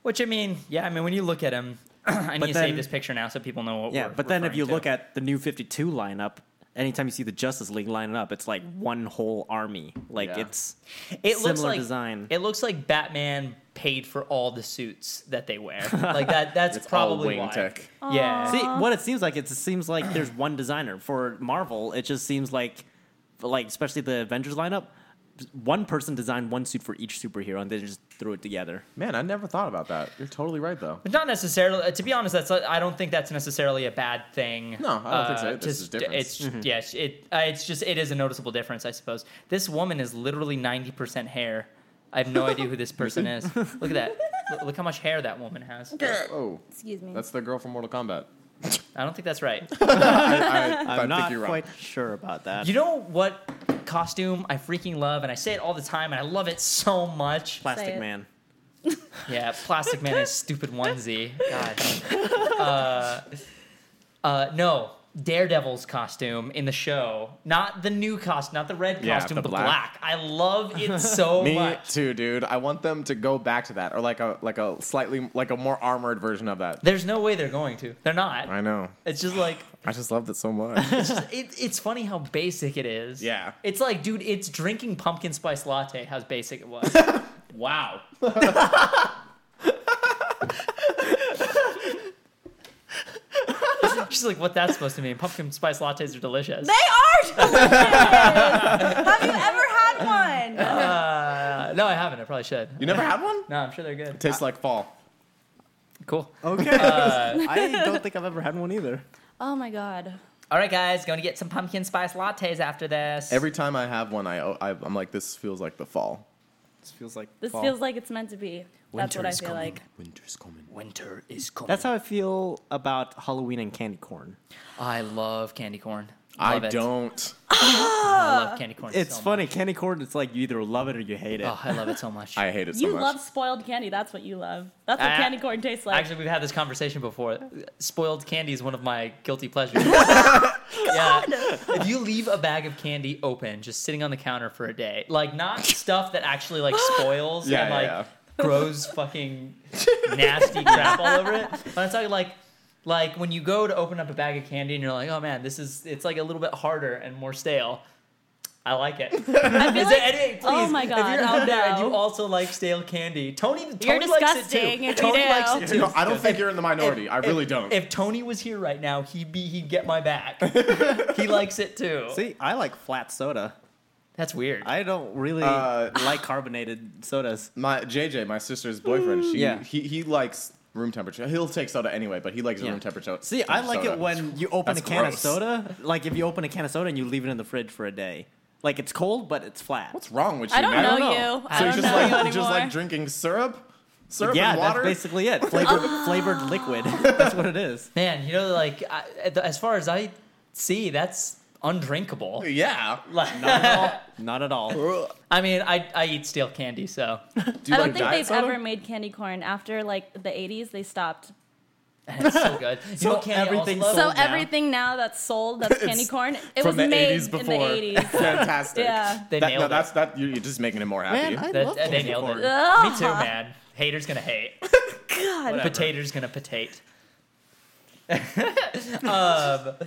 which I mean, yeah, I mean when you look at him, <clears throat> I need to then- save this picture now so people know what. Yeah, we're but then if referring you to. look at the new 52 lineup, anytime you see the Justice League lining up, it's like one whole army. Like Yeah. it's it looks similar like design. it looks like Batman paid for all the suits that they wear. Like <laughs> that, that's probably wing why. tech. Yeah, See, what it seems like it seems like there's one designer for Marvel. It just seems like like especially the Avengers lineup, one person designed one suit for each superhero and they just threw it together. Man, I never thought about that. You're totally right though. <laughs> But not necessarily. uh, To be honest, that's I don't think that's necessarily a bad thing. Uh, No, I don't think so. It's just- just a difference. It's Mm-hmm. yes, it uh, it's just it is a noticeable difference, I suppose. This woman is literally ninety percent hair. I have no idea who this person <laughs> is. Look at that. Look, look how much hair that woman has. Oh, Excuse me. that's the girl from Mortal <laughs> Kombat. I don't think that's right. I, I I'm think not you're quite wrong. sure about that. You know what costume I freaking love, and I say it all the time, and I love it so much. Say Plastic it. Man. Yeah, Plastic Man is stupid onesie. God. Uh, uh, no, Daredevil's costume in the show, not the new costume, not the red Yeah, costume, the the, black. black. I love it so Me much. too, dude. I want them to go back to that, or like a like a slightly like a more armored version of that. There's no way they're going to. They're not. I know. It's just like I just loved it so <laughs> much. it's just, it, it's funny how basic it is. Yeah. It's like, dude, it's drinking pumpkin spice latte. How basic it <laughs> was. wow. She's like, what that's supposed to mean? Pumpkin spice lattes are delicious. They <laughs> are delicious. Have you ever had one? Uh, no, I haven't. I probably should. you never had one? No, I'm sure they're good. Tastes like fall. Cool. Okay. I don't think I've ever had one either. Oh my god. All right, guys, going to get some pumpkin spice lattes after this. Every time I have one, I, I I'm like, this feels like the fall. This feels like <laughs> This feels like it's meant to be. That's what I feel like. Winter's coming. winter is coming. That's how I feel about Halloween and candy corn. I love candy corn. I Love it. don't. I love candy corn. It's so funny, much. candy corn. It's like you either love it or you hate it. Oh, I love it so much. I hate it so you much. love spoiled candy. That's what you love. That's what Ah. candy corn tastes like. Actually, we've had this conversation before. Spoiled candy is one of my guilty <laughs> pleasures. yeah. If you leave a bag of candy open, just sitting on the counter for a day, like not stuff that actually like spoils Yeah, and yeah, like yeah. grows <laughs> fucking nasty crap all over it. But I tell you, like, like when you go to open up a bag of candy and you're like, oh man, this is it's like a little bit harder and more stale. I like it. <laughs> I feel Is like, there any- please, oh my If god. you're out there and you no. also like stale candy, Tony, Tony You're likes it disgusting too. if you Tony do. likes it too. No, I don't think you're in the minority. I If- really if- don't. If Tony was here right now, he'd be he'd get my <laughs> back. he likes it too. See, I like flat soda. That's weird. I don't really Uh, like carbonated sodas. my JJ, my sister's boyfriend, she Yeah. he, he likes room temperature. He'll take soda anyway, but he likes Yeah. room temperature. See, I like soda. it when you open That's a can gross. of soda. Like if you open a can of soda and you leave it in the fridge for a day, like it's cold but it's flat. What's wrong with you, I don't man? know don't know. you. I So don't you just know like you you anymore. just like drinking syrup, syrup yeah, and water. that's basically it. Flavored, flavored liquid. <laughs> That's what it is. Man, you know, like I, as far as I see, that's undrinkable. yeah. Like, Not at all. Ugh. I mean, I I eat stale candy, so Do you I don't like think diet they've soda? ever made candy corn after like the 80s. They stopped. And it's <laughs> so good. You So know what candy also everything's loves? sold So now. everything now that's <laughs> sold that's candy corn, it was From the made 80s before. in <laughs> the eighties. Fantastic. Yeah. They That- nailed no, it. that's that. You're, you're just making it more happy. Man, I That- uh, love that- they candy nailed corn. Ah. it. Ugh. Me too, man. Haters gonna hate. God. Potatoes gonna potate. <laughs> um, what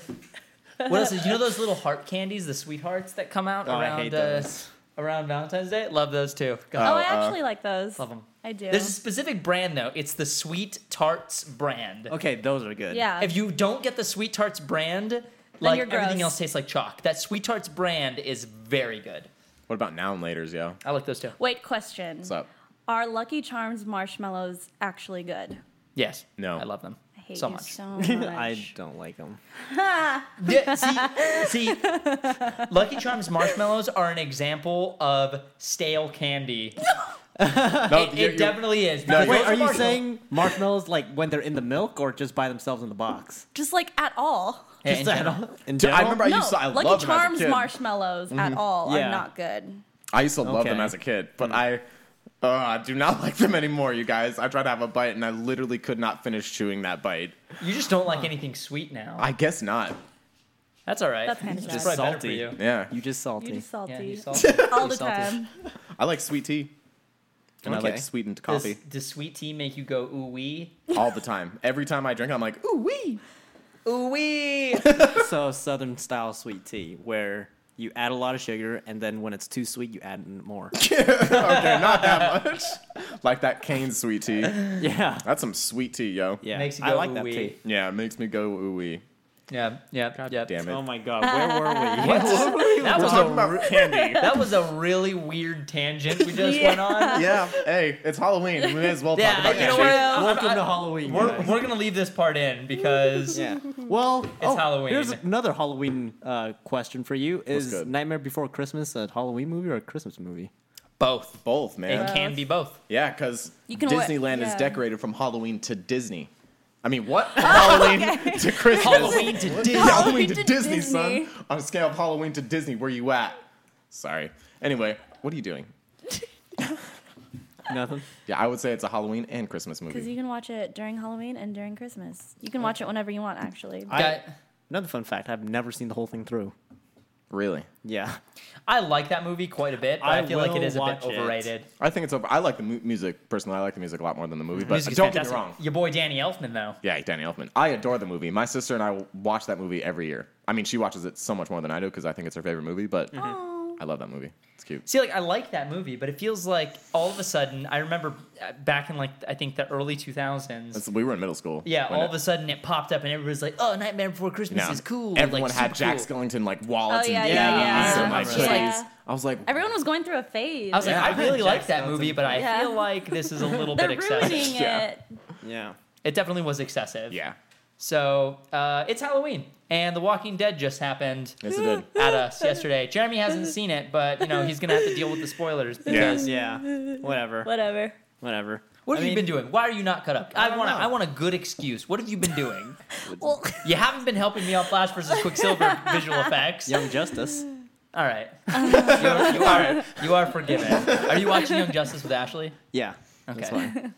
else is you know those little heart candies, the sweethearts that come out Oh, I around hate uh, those. around Valentine's Day? Love those too. God, Oh, I uh, actually like those. love them. I do. There's a specific brand though. It's the Sweet Tarts brand. Okay, those are good. yeah. If you don't get the Sweet Tarts brand, like you're everything gross. else tastes like chalk. That Sweet Tarts brand is very good. What about now and later's, yo? I like those too. Wait, question. What's up? Are Lucky Charms marshmallows actually good? Yes. No. I love them I hate so you much. <laughs> so much. I don't like them. Yeah, see, <laughs> see, Lucky Charms marshmallows are an example of stale candy. No, It, you're- it you're- definitely is. No, because you're- those Wait, are you marshmallows- saying marshmallows like when they're in the milk or just by themselves in the box? Just like at all. Yeah, in Just at general. all? In Dude, I general? remember I no, used to. I loved Lucky them as a Charms kid. marshmallows at all Yeah. are not good. I used to love them Okay. Mm-hmm. as a kid, but I. Uh, I do not <laughs> like them anymore, you guys. I tried to have a bite and I literally could not finish chewing that bite. You just don't like anything sweet now. I guess not. That's all right. That's kinda It's sad. probably better for Salty. you. Yeah. You just salty. You just salty. Yeah, <laughs> you <laughs> salty. all the salty. time. I like sweet tea. And I Okay. like sweetened coffee does, does sweet tea make you go ooh wee? all the time. Every time I drink, it, I'm like, ooh, wee. Ooh <laughs> wee. so southern style sweet tea where you add a lot of sugar and then when it's too sweet you add in more. okay, not that much. <laughs> like that cane sweet tea. <laughs> yeah. That's some sweet tea, yo. Yeah. Makes you I go like that ooh-wee. tea. Yeah, it makes me go ooh wee. Yeah, yeah, yeah. Damn it. Oh my <laughs> god, where were we? That We're was talking a about candy. that was a really weird tangent we just went on. yeah. Hey, it's Halloween. We may as well Yeah, talk about you candy. know what? Welcome to Halloween. We're, guys. we're gonna leave this part in because yeah. Well, it's Halloween. Here's another Halloween uh, question for you: Is good? Nightmare Before Christmas a Halloween movie or a Christmas movie? both. Both, man. It can be both. Yeah, because You can wa- Disneyland is yeah. decorated from Halloween to Disney. I mean, what? From Halloween <laughs> to Christmas. <laughs> Halloween to What? Disney. Halloween to to Disney, son. Disney. On a scale of Halloween to Disney, where you at? Sorry. Anyway, what are you doing? Nothing. Yeah, I would say it's a Halloween and Christmas Because movie. you can watch it during Halloween and during Christmas. You can watch it whenever you want, actually. I, Another fun fact: I've never seen the whole thing through. really? <laughs> Yeah. I like that movie quite a bit, but I, I feel like it will is a bit watch it. overrated. I think it's over. I like the mu- music personally. I like the music a lot more than the movie. But Music's don't fantastic. get me wrong. Your boy Danny Elfman, though. Yeah, Danny Elfman. I adore the movie. My sister and I watch that movie every year. I mean, she watches it so much more than I do because I think it's her favorite movie. But Mm-hmm. Oh. I love that movie. It's cute. See, like I like that movie, but it feels like all of a sudden I remember uh, back in like I think the early two It's- thousands. we were in middle school. Yeah, when all it- of a sudden it popped up and everybody's like, "Oh, Nightmare Before Christmas Yeah. is cool." Everyone like, had super Jack cool. Skellington like wallets Oh, yeah, and yeah, DVDs yeah. and like Yeah. hoodies. Yeah. I was like, Everyone was going through a phase. I was like, Yeah, I I had really Jack like that movie, Skellington. but I Yeah. feel like this <laughs> is a little They're bit excessive. ruining Yeah. it. Yeah. It definitely was excessive. yeah, So uh, it's Halloween, and The Walking Dead just happened yes, it <laughs> did. at us yesterday. Jeremy <laughs> hasn't seen it, but you know he's gonna have to deal with the spoilers. Yeah. <laughs> Yeah. <laughs> Whatever. Whatever. Whatever. What I have you mean, been doing? Why are you not cut up? I, don't want know. I want a good excuse. What have you been doing? Well, <laughs> you haven't been helping me on Flash versus <laughs> Quicksilver visual effects. Young Justice. All <laughs> right. You're- you, are, you are forgiven. Are you watching Young Justice with Ashley? Yeah. Okay. That's fine.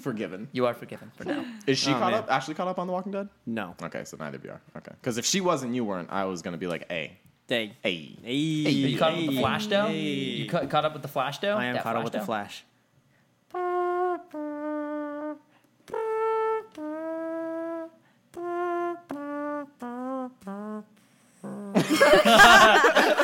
Forgiven. You are forgiven for now. Is she Oh, caught man. up? Ashley caught up on The Walking Dead? No. Okay, so neither of you are. Okay, because if she wasn't, you weren't. I was gonna be like, hey, Dang. hey, Hey. Are you caught up with the Hey. Flash though? Hey. You ca- caught up with the Flash though? I am That caught up with the dough? Flash.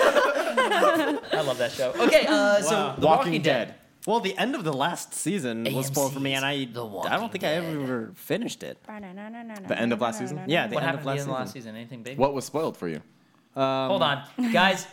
I love that show. Okay, <laughs> uh, so Wow. The Walking, Dead. Well, the end of the last season was spoiled for me, and I The Walking I don't think I ever finished it. The end of last season? Yeah, the What end happened of at the end of last season. Um, last season? Anything big? What was spoiled for you? Hold on, <laughs> guys.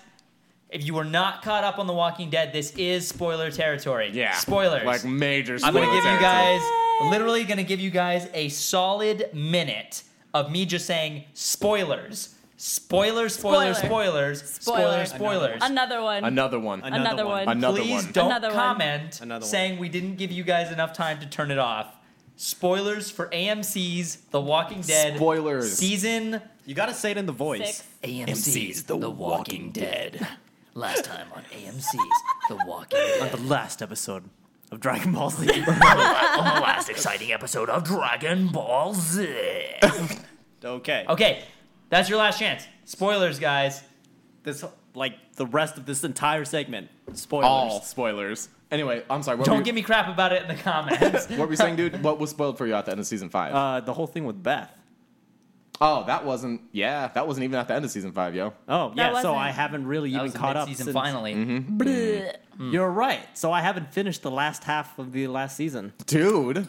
If you were not caught up on The Walking Dead, this is spoiler territory. spoilers. Like major. I'm gonna spoiler give you territory. guys literally gonna give you guys a solid minute of me just saying spoilers, spoilers, spoilers, Spoiler. spoilers, spoilers, spoilers. Another one. Mm-hmm. another one. Another Another one. one. Another Please one. don't Another one. comment Another one. saying we didn't give you guys enough time to turn it off. Spoilers for AMC's The Walking Dead Spoilers. season You gotta say it in the voice. Six. AMC's The, <laughs> <laughs> Walking Dead. Last time on AMC's The Walking Dead. The last episode of Dragon Ball Z. <laughs> on the last exciting episode of Dragon Ball Z. okay. <laughs> Okay, that's your last chance. Spoilers, guys. This like the rest of this entire segment. Spoilers. All spoilers. Anyway, I'm sorry. What were Don't you- give me crap about it in the comments. What were you saying, dude? What was spoiled for you at the end of season five? Uh, the whole thing with Beth. oh, that wasn't. Yeah, that wasn't even at the end of season five, yo. Oh yeah, so wasn't- I haven't really that even was caught up. season since- finally. Bleh. Hmm. You're right. So I haven't finished the last half of the last season. Dude,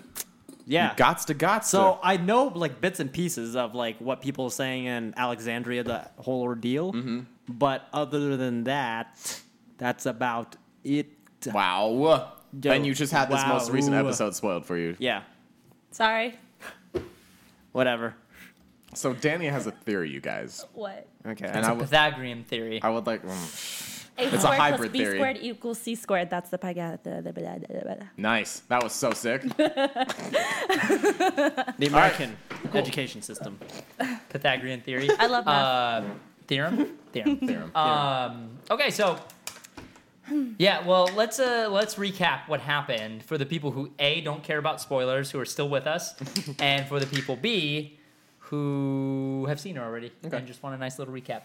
Yeah. gots to gots. So I know like bits and pieces of like what people are saying in Alexandria, the whole ordeal. Mm-hmm. But other than that, that's about it. wow. Yo, and you just had this most recent wow. episode spoiled for you. Yeah, Sorry. whatever. So Danny has a theory, you guys, What? Okay. and I would, Pythagorean theory. I would like. mm, A a squared hybrid plus B theory. squared equals C squared. That's the Pythagorean. nice. That was so <laughs> sick. The right. American education system. Pythagorean theory. I love math. Uh, <laughs> theorem. Theorem. Theorem. Um, okay, so yeah, well, let's uh, let's recap what happened for the people who a don't care about spoilers who are still with <laughs> us, and for the people b who have seen her already and just want a nice little recap.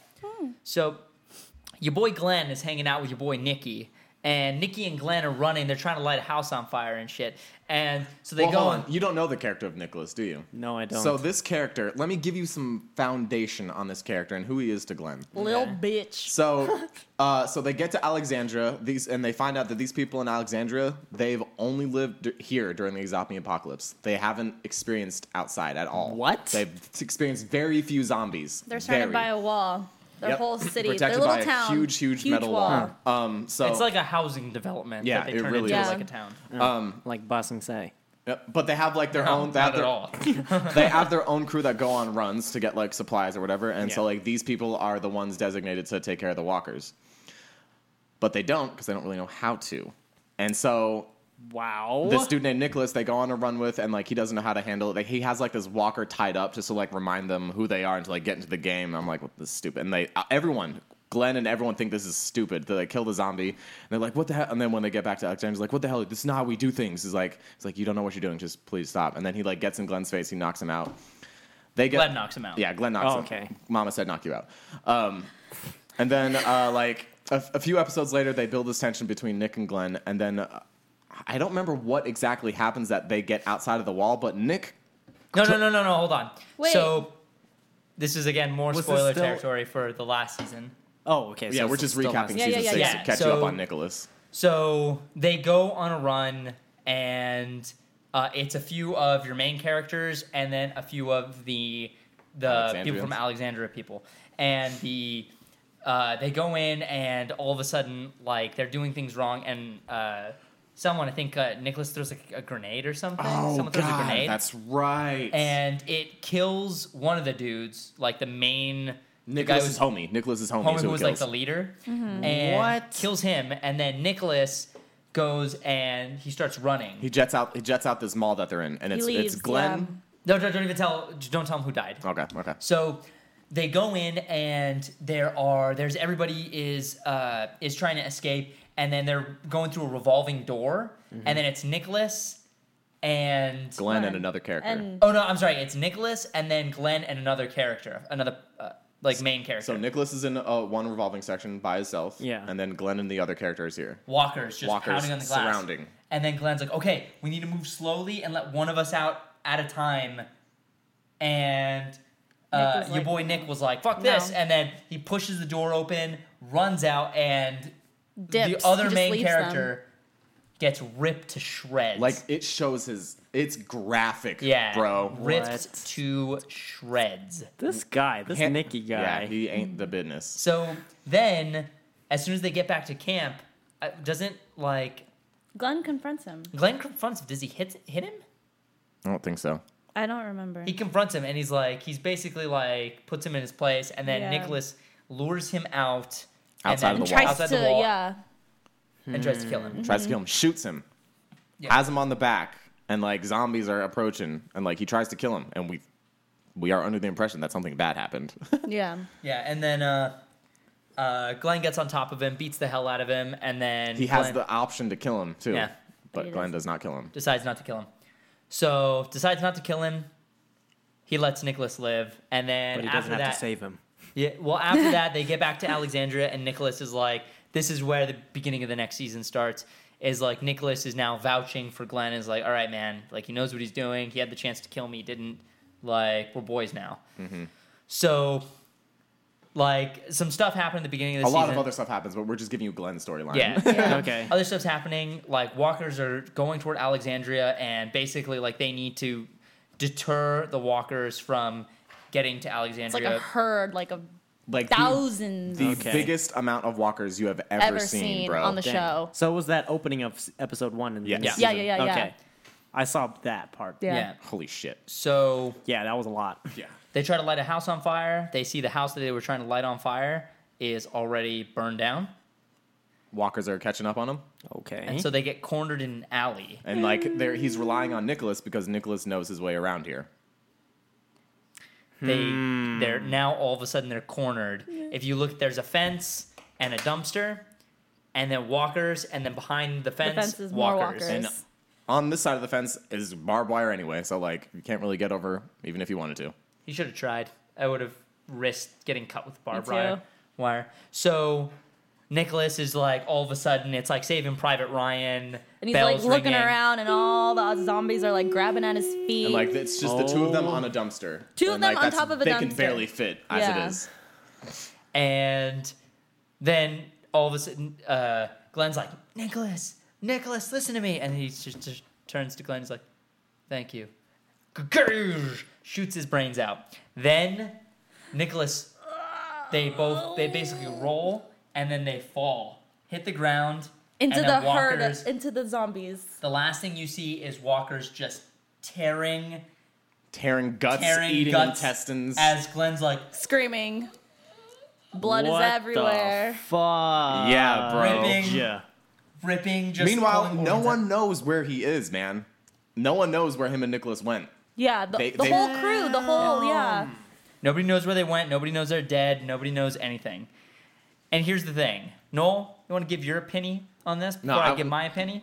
So your boy Glenn is hanging out with your boy Nikki. And Nikki and Glenn are running. They're trying to light a house on fire and shit. And so they well, go hold on. on. You don't know the character of Nicholas, do you? No, I don't. So this character, let me give you some foundation on this character and who he is to Glenn. Uh, Lil bitch. <laughs> So, uh, so they get to Alexandria, these, and they find out that these people in Alexandria they've only lived d- here during the Exopian apocalypse. They haven't experienced outside at all. What? They've experienced very few zombies. They're surrounded Very. by a wall. Their Yep. whole city, their protected little by town, a huge, huge, metal wall. Um, so It's like a housing development. Yeah, that they it turn really into is. like Yeah. a town. like Bossing say. Yep, But they have like their own. They have Not at their, <laughs> all. they <laughs> have their own crew that go on runs to get like supplies or whatever. And so Yeah. like these people are the ones designated to take care of the walkers. But they don't because they don't really know how to. And so Wow. this dude named Nicholas, they go on a run with, and like he doesn't know how to handle it. Like he has like this walker tied up just to like remind them who they are and to like get into the game. I'm like, what this is stupid. And they uh, everyone. Glenn and everyone think this is stupid. They like kill the zombie, and they're like, "What the hell?" And then when they get back to Alexander's, like, "What the hell? This is not how we do things." He's like, "It's like you don't know what you're doing. Just please stop." And then he like gets in Glenn's face. He knocks him out. They get Glenn knocks him out. Yeah, Glenn knocks Oh, him. okay. Mama said knock you out. Um, and then uh, like a, a few episodes later, they build this tension between Nick and Glenn, and then uh, I don't remember what exactly happens that they get outside of the wall, but Nick. No, no, no, no, no. Hold on. Wait. So this is again more Was this spoiler still- territory for the last season. Oh, okay. so Yeah, we're it's just still recapping last- Yeah, season yeah, yeah, six yeah. to catch So- you up on Nicholas. So they go on a run, and uh, it's a few of your main characters, and then a few of the the people from Alexandrians. Alexandria people, and the. Uh, they go in and all of a sudden, like they're doing things wrong, and uh, someone, I think uh, Nicholas throws a, a grenade or something. someone throws a grenade, Oh, that's right. and it kills one of the dudes, like the main the guy Nicholas who's is homie. Nicholas is homie. homie is who who was it like the kills. leader and What? kills him and then nicholas goes and he starts running He jets out. He jets out this mall that they're in, and it's leaves, it's Glenn. no don't, don't even tell don't tell him who died Okay, okay. so they go in and there are there's everybody is uh is trying to escape and then they're going through a revolving door and then it's nicholas and Mm-hmm. Glenn and another character. And oh no i'm sorry it's nicholas and then glenn and another character another uh, like main character so Nicholas is in uh, one revolving section by himself. Yeah. and then Glenn and the other character is here. walkers just Walkers pounding on the glass. surrounding. And then Glenn's like, "Okay, we need to move slowly and let one of us out at a time." And uh, was your like, boy Nick was like, "Fuck this!" No. And then he pushes the door open, runs out, and dips. the He other just main leaves them. character gets ripped to shreds. Like it shows his. It's graphic, yeah, bro. ripped What? to shreds. This guy, this Can't- Nikki guy. Yeah, he ain't the business. So then, as soon as they get back to camp, uh, doesn't like Glenn confronts him. Glenn confronts him. Does he hit hit him? I don't think so. I don't remember. he confronts him and he's like he's basically like puts him in his place and then Yeah. Nicholas lures him out Outside and of then the wall. tries outside to, the wall yeah. Hmm. and tries to kill him. Tries to kill him, shoots him, Mm-hmm. Yeah. has him on the back, and like zombies are approaching, and like he tries to kill him, and we we are under the impression that something bad happened. Yeah. Yeah, and then uh uh Glenn gets on top of him, beats the hell out of him, and then he has Glenn- the option to kill him too. Yeah. But he Glenn doesn't. does not kill him. decides not to kill him. So decides not to kill him. He lets Nicholas live, and then But he after doesn't have that, to save him. yeah. Well, after that, they get back to Alexandria, and Nicholas is like, "This is where the beginning of the next season starts." Is like Nicholas is now vouching for Glenn. Is like, "All right, man. Like he knows what he's doing. He had the chance to kill me, didn't. Like we're boys now." So, like some stuff happened at the beginning of the A season. lot of other stuff happens, but we're just giving you Glenn's storyline. Yeah. <laughs> Okay. Other stuff's happening. Like walkers are going toward Alexandria, and basically, like they need to deter the walkers from getting to It's like Alexandria. <laughs> a herd, like of like the, thousands the Okay. biggest amount of walkers you have ever, ever seen, bro. on the Dang. show. So it was that opening of s- episode one? And Yes. Yeah, yeah, yeah, yeah. Okay, I saw that part. yeah. Holy shit. So Yeah, that was a lot. Yeah. they try to light a house on fire. They see the house that they were trying to light on fire is already burned down, Walkers are catching up on him, Okay. and so they get cornered in an alley. and like there, he's relying on Nicholas because Nicholas knows his way around here. They they're now all of a sudden they're cornered. If you look, there's a fence and a dumpster. And then walkers, and then behind the fence, fence is more walkers. walkers. And on this side of the fence is barbed wire anyway, so like you can't really get over even if you wanted to. He should have tried. I would have risked getting cut with barbed too. wire. Wire. So Nicholas is like, all of a sudden, it's like Saving Private Ryan. And he's bells like looking ringing. around, and all the zombies are like grabbing at his feet. And like it's just the two of them on a dumpster. Two of And, them like, on that's- top of a They can dumpster. barely fit as Yeah. it is. And then all of a sudden, uh, Glenn's like, Nicholas, Nicholas, listen to me. And he just, just turns to Glenn. He's like, thank you. Gurgh! Shoots his brains out. Then Nicholas, they both, they basically roll and then they fall, hit the ground. and into the then walkers- herd, into the zombies. The last thing you see is walkers just tearing, Tearing guts, tearing eating guts intestines. As uh, Glenn's like Screaming. Blood is What the everywhere. fuck. yeah, bro. ripping, Yeah. ripping. Just Meanwhile, pulling no organs out. one knows where he is, man. No one knows where him and Nicholas went. yeah, the, They- the they- whole crew, the whole, yeah. Nobody knows where they went. Nobody knows they're dead. Nobody knows anything. And here's the thing, Noel, you want to give your opinion on this before I, I- give my opinion?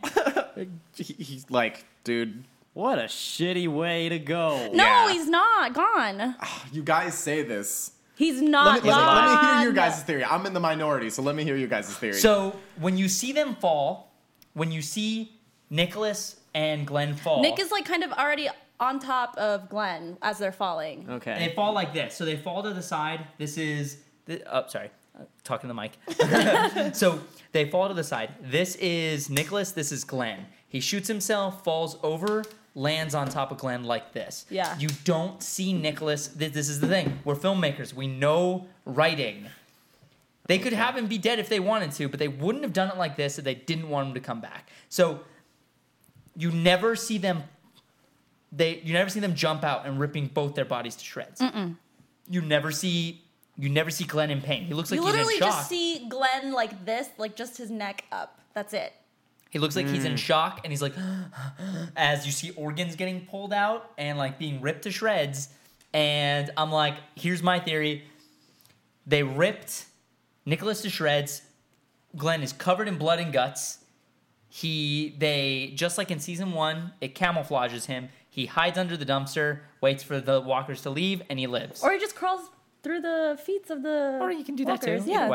He- He's like, dude, What a shitty way to go. No, Yeah. he's not gone. you guys say this. He's Let not me, let, me- gone. let me hear your guys' theory. I'm in the minority, so let me hear you guys' theory. so when you see them fall, when you see Nicholas and Glenn fall, Nick is like kind of already on top of Glenn as they're falling. And Okay. they fall like this. So they fall to the side. This is the oh sorry, Uh, talking to the mic. <laughs> so they fall to the side. This is Nicholas. This is Glenn. He shoots himself, falls over, lands on top of Glenn like this. Yeah. You don't see Nicholas. Th- This is the thing. We're filmmakers. We know writing. They could have him be dead if they wanted to, but they wouldn't have done it like this if they didn't want him to come back. So you never see them they you never see them jump out and ripping both their bodies to shreds. You never see you never see Glenn in pain. He looks like you he's literally in shock. just see Glenn like this, like just his neck up. That's it. he looks like he's in shock and he's like <gasps> as you see organs getting pulled out and like being ripped to shreds and I'm like here's my theory. They ripped Nicholas to shreds. Glenn is covered in blood and guts. He they just like in season one, it camouflages him. He hides under the dumpster, waits for the walkers to leave, and he lives. Or he just crawls through the feet of the. Or you can do that walkers. too. Yeah. Either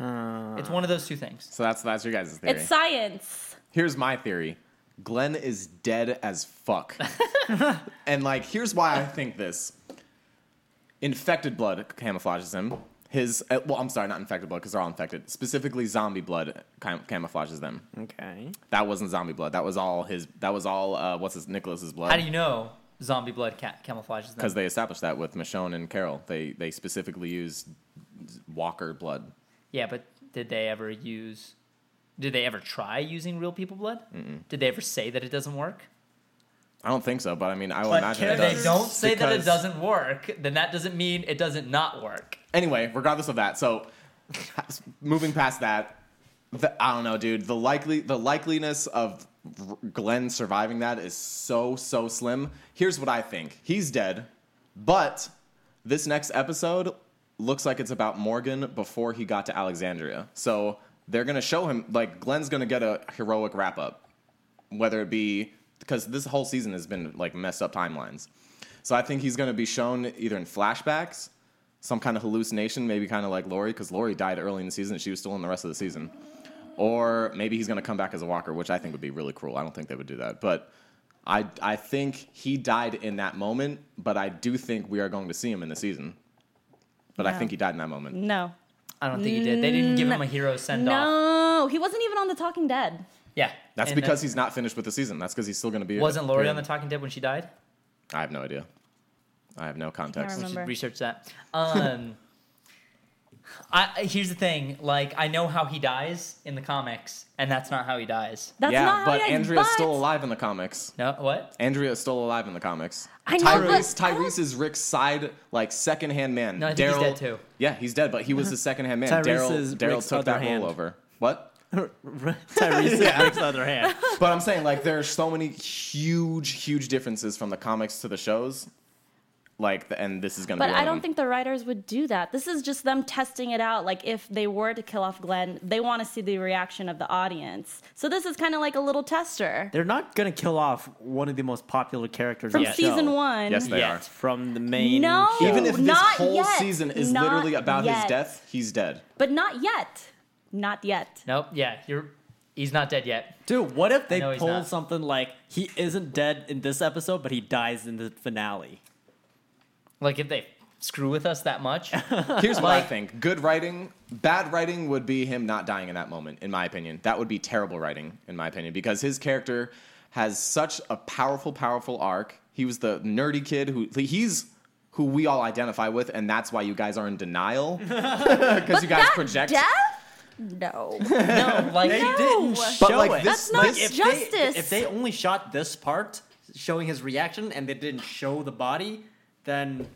way. It's one of those two things. So that's that's your guys' theory. It's science. here's my theory Glenn is dead <laughs> as fuck. and like, here's why I think this infected blood camouflages him. His, uh, well, I'm sorry, not infected blood because they're all infected. Specifically, zombie blood cam- camouflages them. Okay. <laughs> That wasn't zombie blood. That was all his, that was all, uh, what's his, Nicholas's blood. How do you know zombie blood ca- camouflages them? because they established that with Michonne and Carol. They they specifically used Walker blood. Yeah, but did they ever use? Did they ever try using real people blood? Did they ever say that it doesn't work? I don't think so, but I mean, I will But imagine it if they does, don't say that it because- doesn't work, then that doesn't mean it doesn't not work. Anyway, regardless of that, so moving past that, the, I don't know, dude. The likely the likeliness of R- Glenn surviving that is so so slim. Here's what I think: he's dead, but this next episode looks like it's about Morgan before he got to Alexandria. So they're gonna show him like Glenn's gonna get a heroic wrap up. whether it be because this whole season has been like messed up timelines. So I think he's going to be shown either in flashbacks, some kind of hallucination, maybe kind of like Laurie, because Laurie died early in the season and she was still in the rest of the season. Or maybe he's going to come back as a walker, which I think would be really cruel. I don't think they would do that. But I, I think he died in that moment, but I do think we are going to see him in the season. But I Yeah. Mm. think he died in that moment. No. I don't think he did. They didn't give him a hero send off. Mm, No, he wasn't even on The Talking Dead. Yeah, That's And because then- he's not finished with the season. That's because he's still going to be. wasn't Lori on the Talking Dead when she died. I have no idea. I have no I context. remember. should research that. Um, <laughs> I I- here's the thing. Like I know how he dies in the comics, and that's not how he dies. That's yeah, not how but he died, Andrea's but- still alive in the comics. No, what? Andrea is still alive in the comics. I know, Tyrese, but I don't- Tyrese is Rick's side, like secondhand man. No, I think Daryl, he's dead, too. Yeah, he's dead, but he Uh-huh. was the secondhand man. Tyrese Daryl, is Daryl Rick's took other that hand. role over. What? Tyrese Rick's other hand. But I'm saying like there are so many huge, huge differences from the comics to the shows. Like, the, and this is gonna. But be one I of don't them. think the writers would do that. This is just them testing it out. Like, if they were to kill off Glenn, they want to see the reaction of the audience. So, this is kind of like a little tester They're not gonna kill off one of the most popular characters from in the season show. one. Yes, they are. Yet. from the main. No, show. Even if this Not whole yet. season is Not literally about his yet. death, he's dead. But not yet. Not yet. Nope. Yeah, you're. He's not dead yet. dude, what if they know he's pull not. something like he isn't dead in this episode, but he dies in the finale? Like if they screw with us that <laughs> much, Here's what I think. Good writing, bad writing would be him not dying in that moment, in my opinion. That would be terrible writing, in my opinion, because his character has such a powerful, powerful arc. He was the nerdy kid who he's who we all identify with, and that's why you guys are in denial. Because you guys That project death? <laughs> No. no. Like They didn't show But, like, it. this- That's not if justice. They, if they only shot this part, showing his reaction, and they didn't show the body, then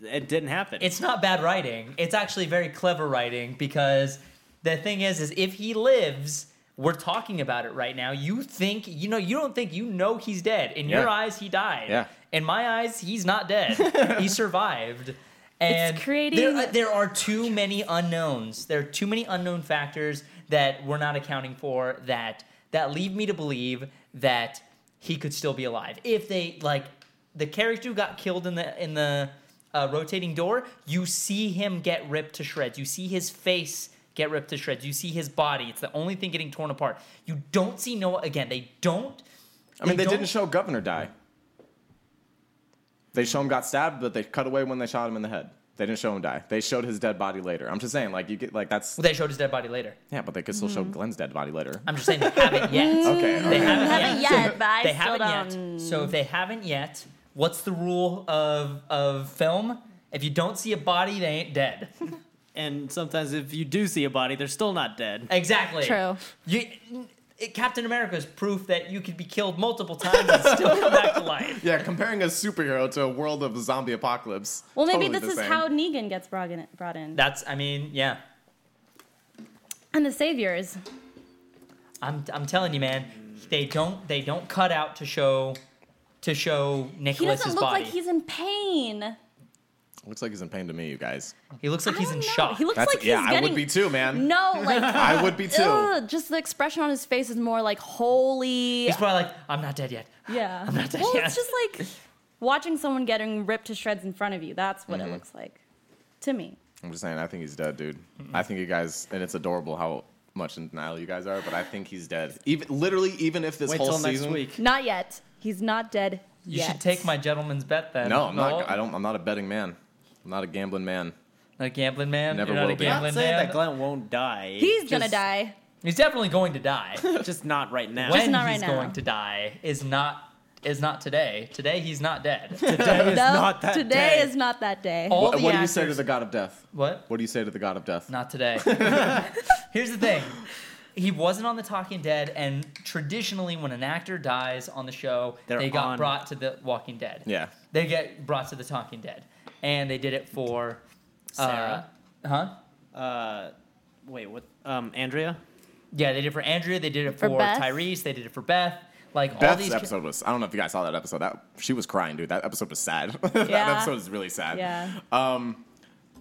it didn't happen. it's not bad writing. It's actually very clever writing because the thing is, is if he lives, we're talking about it right now. You think you know? You don't think you know he's dead. In your Yeah. eyes, he died. Yeah. In my eyes, he's not <laughs> dead. he survived. And there, creating- uh, there are too many unknowns. There are too many unknown factors that we're not accounting for that that lead me to believe that he could still be alive if they like the character who got killed in the in the uh, rotating door. You see him get ripped to shreds. You see his face get ripped to shreds. You see his body. It's the only thing getting torn apart. You don't see Noah again. They don't. I mean, they, don't- didn't show Governor die. They show him got stabbed, but they cut away when they shot him in the head. They didn't show him die. They showed his dead body later. I'm just saying, like you get like that's Well, they showed his dead body later. yeah, but they could still show Glenn's dead body later. I'm just saying they haven't yet. <laughs> Okay, They okay. haven't haven't yet. yet, but I they still haven't don't. yet. So if they haven't yet, what's the rule of of film? If you don't see a body, they ain't <laughs> dead. and sometimes if you do see a body, they're still not dead. Exactly. True. You, it- Captain America is proof that you could be killed multiple times and still come back to <laughs> life. Yeah, comparing a superhero to a world of zombie apocalypse. Well, maybe totally this is the same. how Negan gets brought in. Brought in. That's, I mean, yeah. And the Saviors. I'm, I'm telling you, man. They don't, they don't cut out to show, to show He Nicholas's doesn't look body. like he's in pain. Looks like he's in pain to me, you guys. he looks like I he's don't in know. shock. He looks That's like yeah, he's getting I would be too, man. no <laughs> like. I would be too. Ugh, just the expression on his face is more like holy. he's probably like, I'm not dead yet. yeah. dead well, <laughs> yet. it's just like watching someone getting ripped to shreds in front of you. That's what Mm-hmm. it looks like to me. I'm just saying, I think he's dead, dude. I think you guys, and it's adorable how much in denial you guys are, but I think he's dead. Even literally, even if this Wait whole till next season. week. Not yet. He's not dead You yet. should take my gentleman's bet then. No, I'm Noel. not. I don't. I'm not a betting man. I'm not a gambling man. Not a gambling man. Never You're not will a be. I'm gambling not saying man. that Glenn won't die. He's just, gonna die. He's definitely going to <laughs> die. Just not right now. when not right he's now. going to die is not is not today. Today he's not dead. Today is No, not that today day. Oh. is not that day. All <laughs> the What, what do you actors- say to the god of death? what? What do you say to the god of death? Not <laughs> today. <laughs> Here's the thing. He wasn't on The Talking Dead, and traditionally, when an actor dies on the show, They're they got on. brought to The Walking Dead. Yeah. They get brought to The Talking Dead. And they did it for. Sarah? Uh, huh? Uh, wait, what? Um, Andrea? Yeah, they did it for Andrea, they did it For for, Beth? Tyrese, they did it for Beth. Like all Beth's these. episode was. I don't know if you guys saw that episode. That she was crying, dude. That episode was sad. <laughs> that Yeah. episode is really sad. Yeah.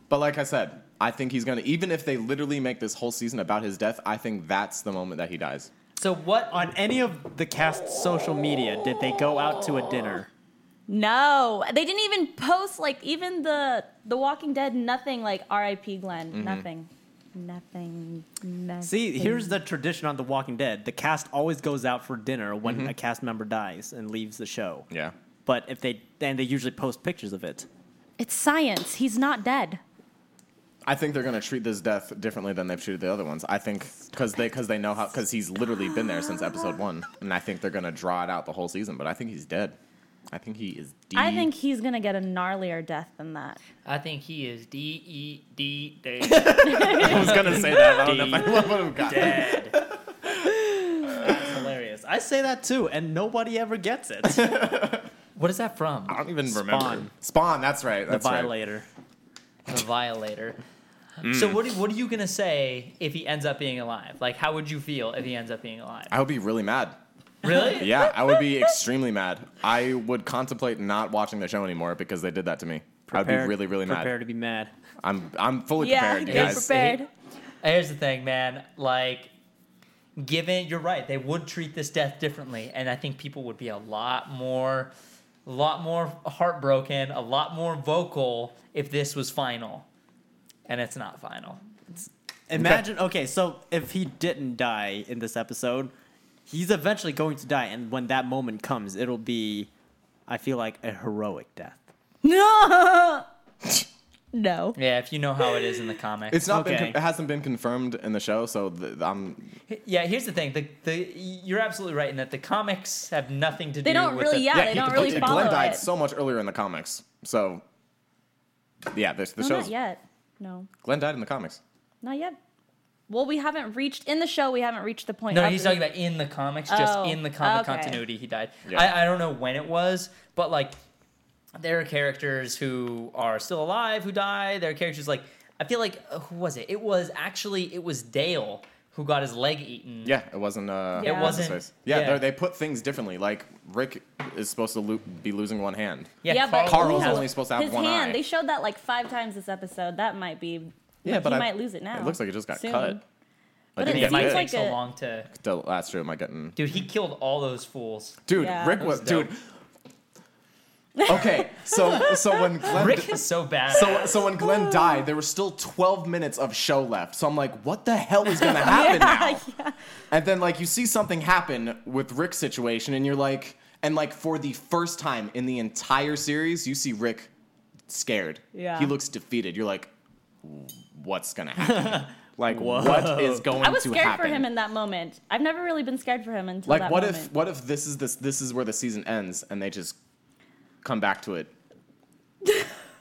But like I said, I think he's gonna. Even if they literally make this whole season about his death, I think that's the moment that he dies. So what? On any of the cast's social media, did they go out to a dinner? No, they didn't even post like even the The Walking Dead. Nothing like R.I.P. Glenn. Nothing. Nothing. Nothing. Mm-hmm. See, here's the tradition on The Walking Dead. The cast always goes out for dinner when a cast member dies and leaves the show. Mm-hmm. Yeah. But if they and they usually post pictures of it. It's science. He's not dead. I think they're gonna treat this death differently than they've treated the other ones. I think because they because they know how because he's literally been there since episode one, and I think they're gonna draw it out the whole season. But I think he's dead. I think he is. Deep. I think he's gonna get a gnarlier death than that. I think he is D E D D <laughs> I was gonna say that. I don't know if I would have got it. dead. Hilarious. I say that too, and nobody ever <laughs> gets it. What is that from? I don't even remember. Spawn. Spawn. That's right. the That's right. violator. The violator. So what? do- what are you gonna say if he ends up being alive? Like, how would you feel if he ends up being alive? I would be really mad. Really? Yeah, I would be extremely mad. I would contemplate not watching the show anymore because they did that to me. I'd be Prepared- really, really mad. Prepare to <laughs> be mad. I'm I'm fully Yeah, prepared, you get guys. prepared. Here's the thing, man. Like, given you're right, they would treat this death differently, and I think people would be a lot more, a lot more heartbroken, a lot more vocal if this was final, and it's not final. Imagine, okay, so if he didn't die in this episode, he's eventually going to die, and when that moment comes, it'll be, I feel like, a heroic death. No. <laughs> no. Yeah, if you know how it is in the comics. It's not been Okay. con- it hasn't been confirmed in the show, so th- I'm yeah, here's the thing. The, the you're absolutely right in that the comics have nothing to They do. don't with really- The, yeah. they don't really Glenn follow died it. so much earlier in the comics, so yeah, the, the No, show's Oh, not yet. No, Glenn died in the comics. not yet. Well, we haven't reached in the show. We haven't reached the point. No, of- he's talking about in the comics, just Oh, in the comic okay. continuity, he died. Yeah. I, I don't know when it was, but like, there are characters who are still alive who die. There are characters like I feel like uh, who was it? It was actually it was Dale who got his leg eaten. Yeah, it wasn't. Uh, It Yeah. what's his wasn't- face? Yeah, yeah. they're- they put things differently. Like Rick is supposed to lo- be losing one hand. yeah. but Carl's ooh, only supposed to have his one hand. eye. They showed that like five times this episode. That might be. Yeah, but he I- might lose it now. It looks like it just got soon. cut. But didn't it it get might seems take like so a- long to. Still, that's true. Am I getting? Dude, he killed all those fools. Dude, Yeah. Rick was. Dude. Okay, so so when Glenn Rick is so bad. so so when Glenn died, there was still 12 minutes of show left. So I'm like, what the hell is <laughs> gonna happen now? And then like you see something happen with Rick's situation, and you're like, and like for the first time in the entire series, you see Rick scared. Yeah. He looks defeated. You're like, what's gonna happen? like what is going I was to scared happen? for him in that moment. I've never really been scared for him until like that what moment. if what if this is this this is where the season ends and they just come back <laughs> to it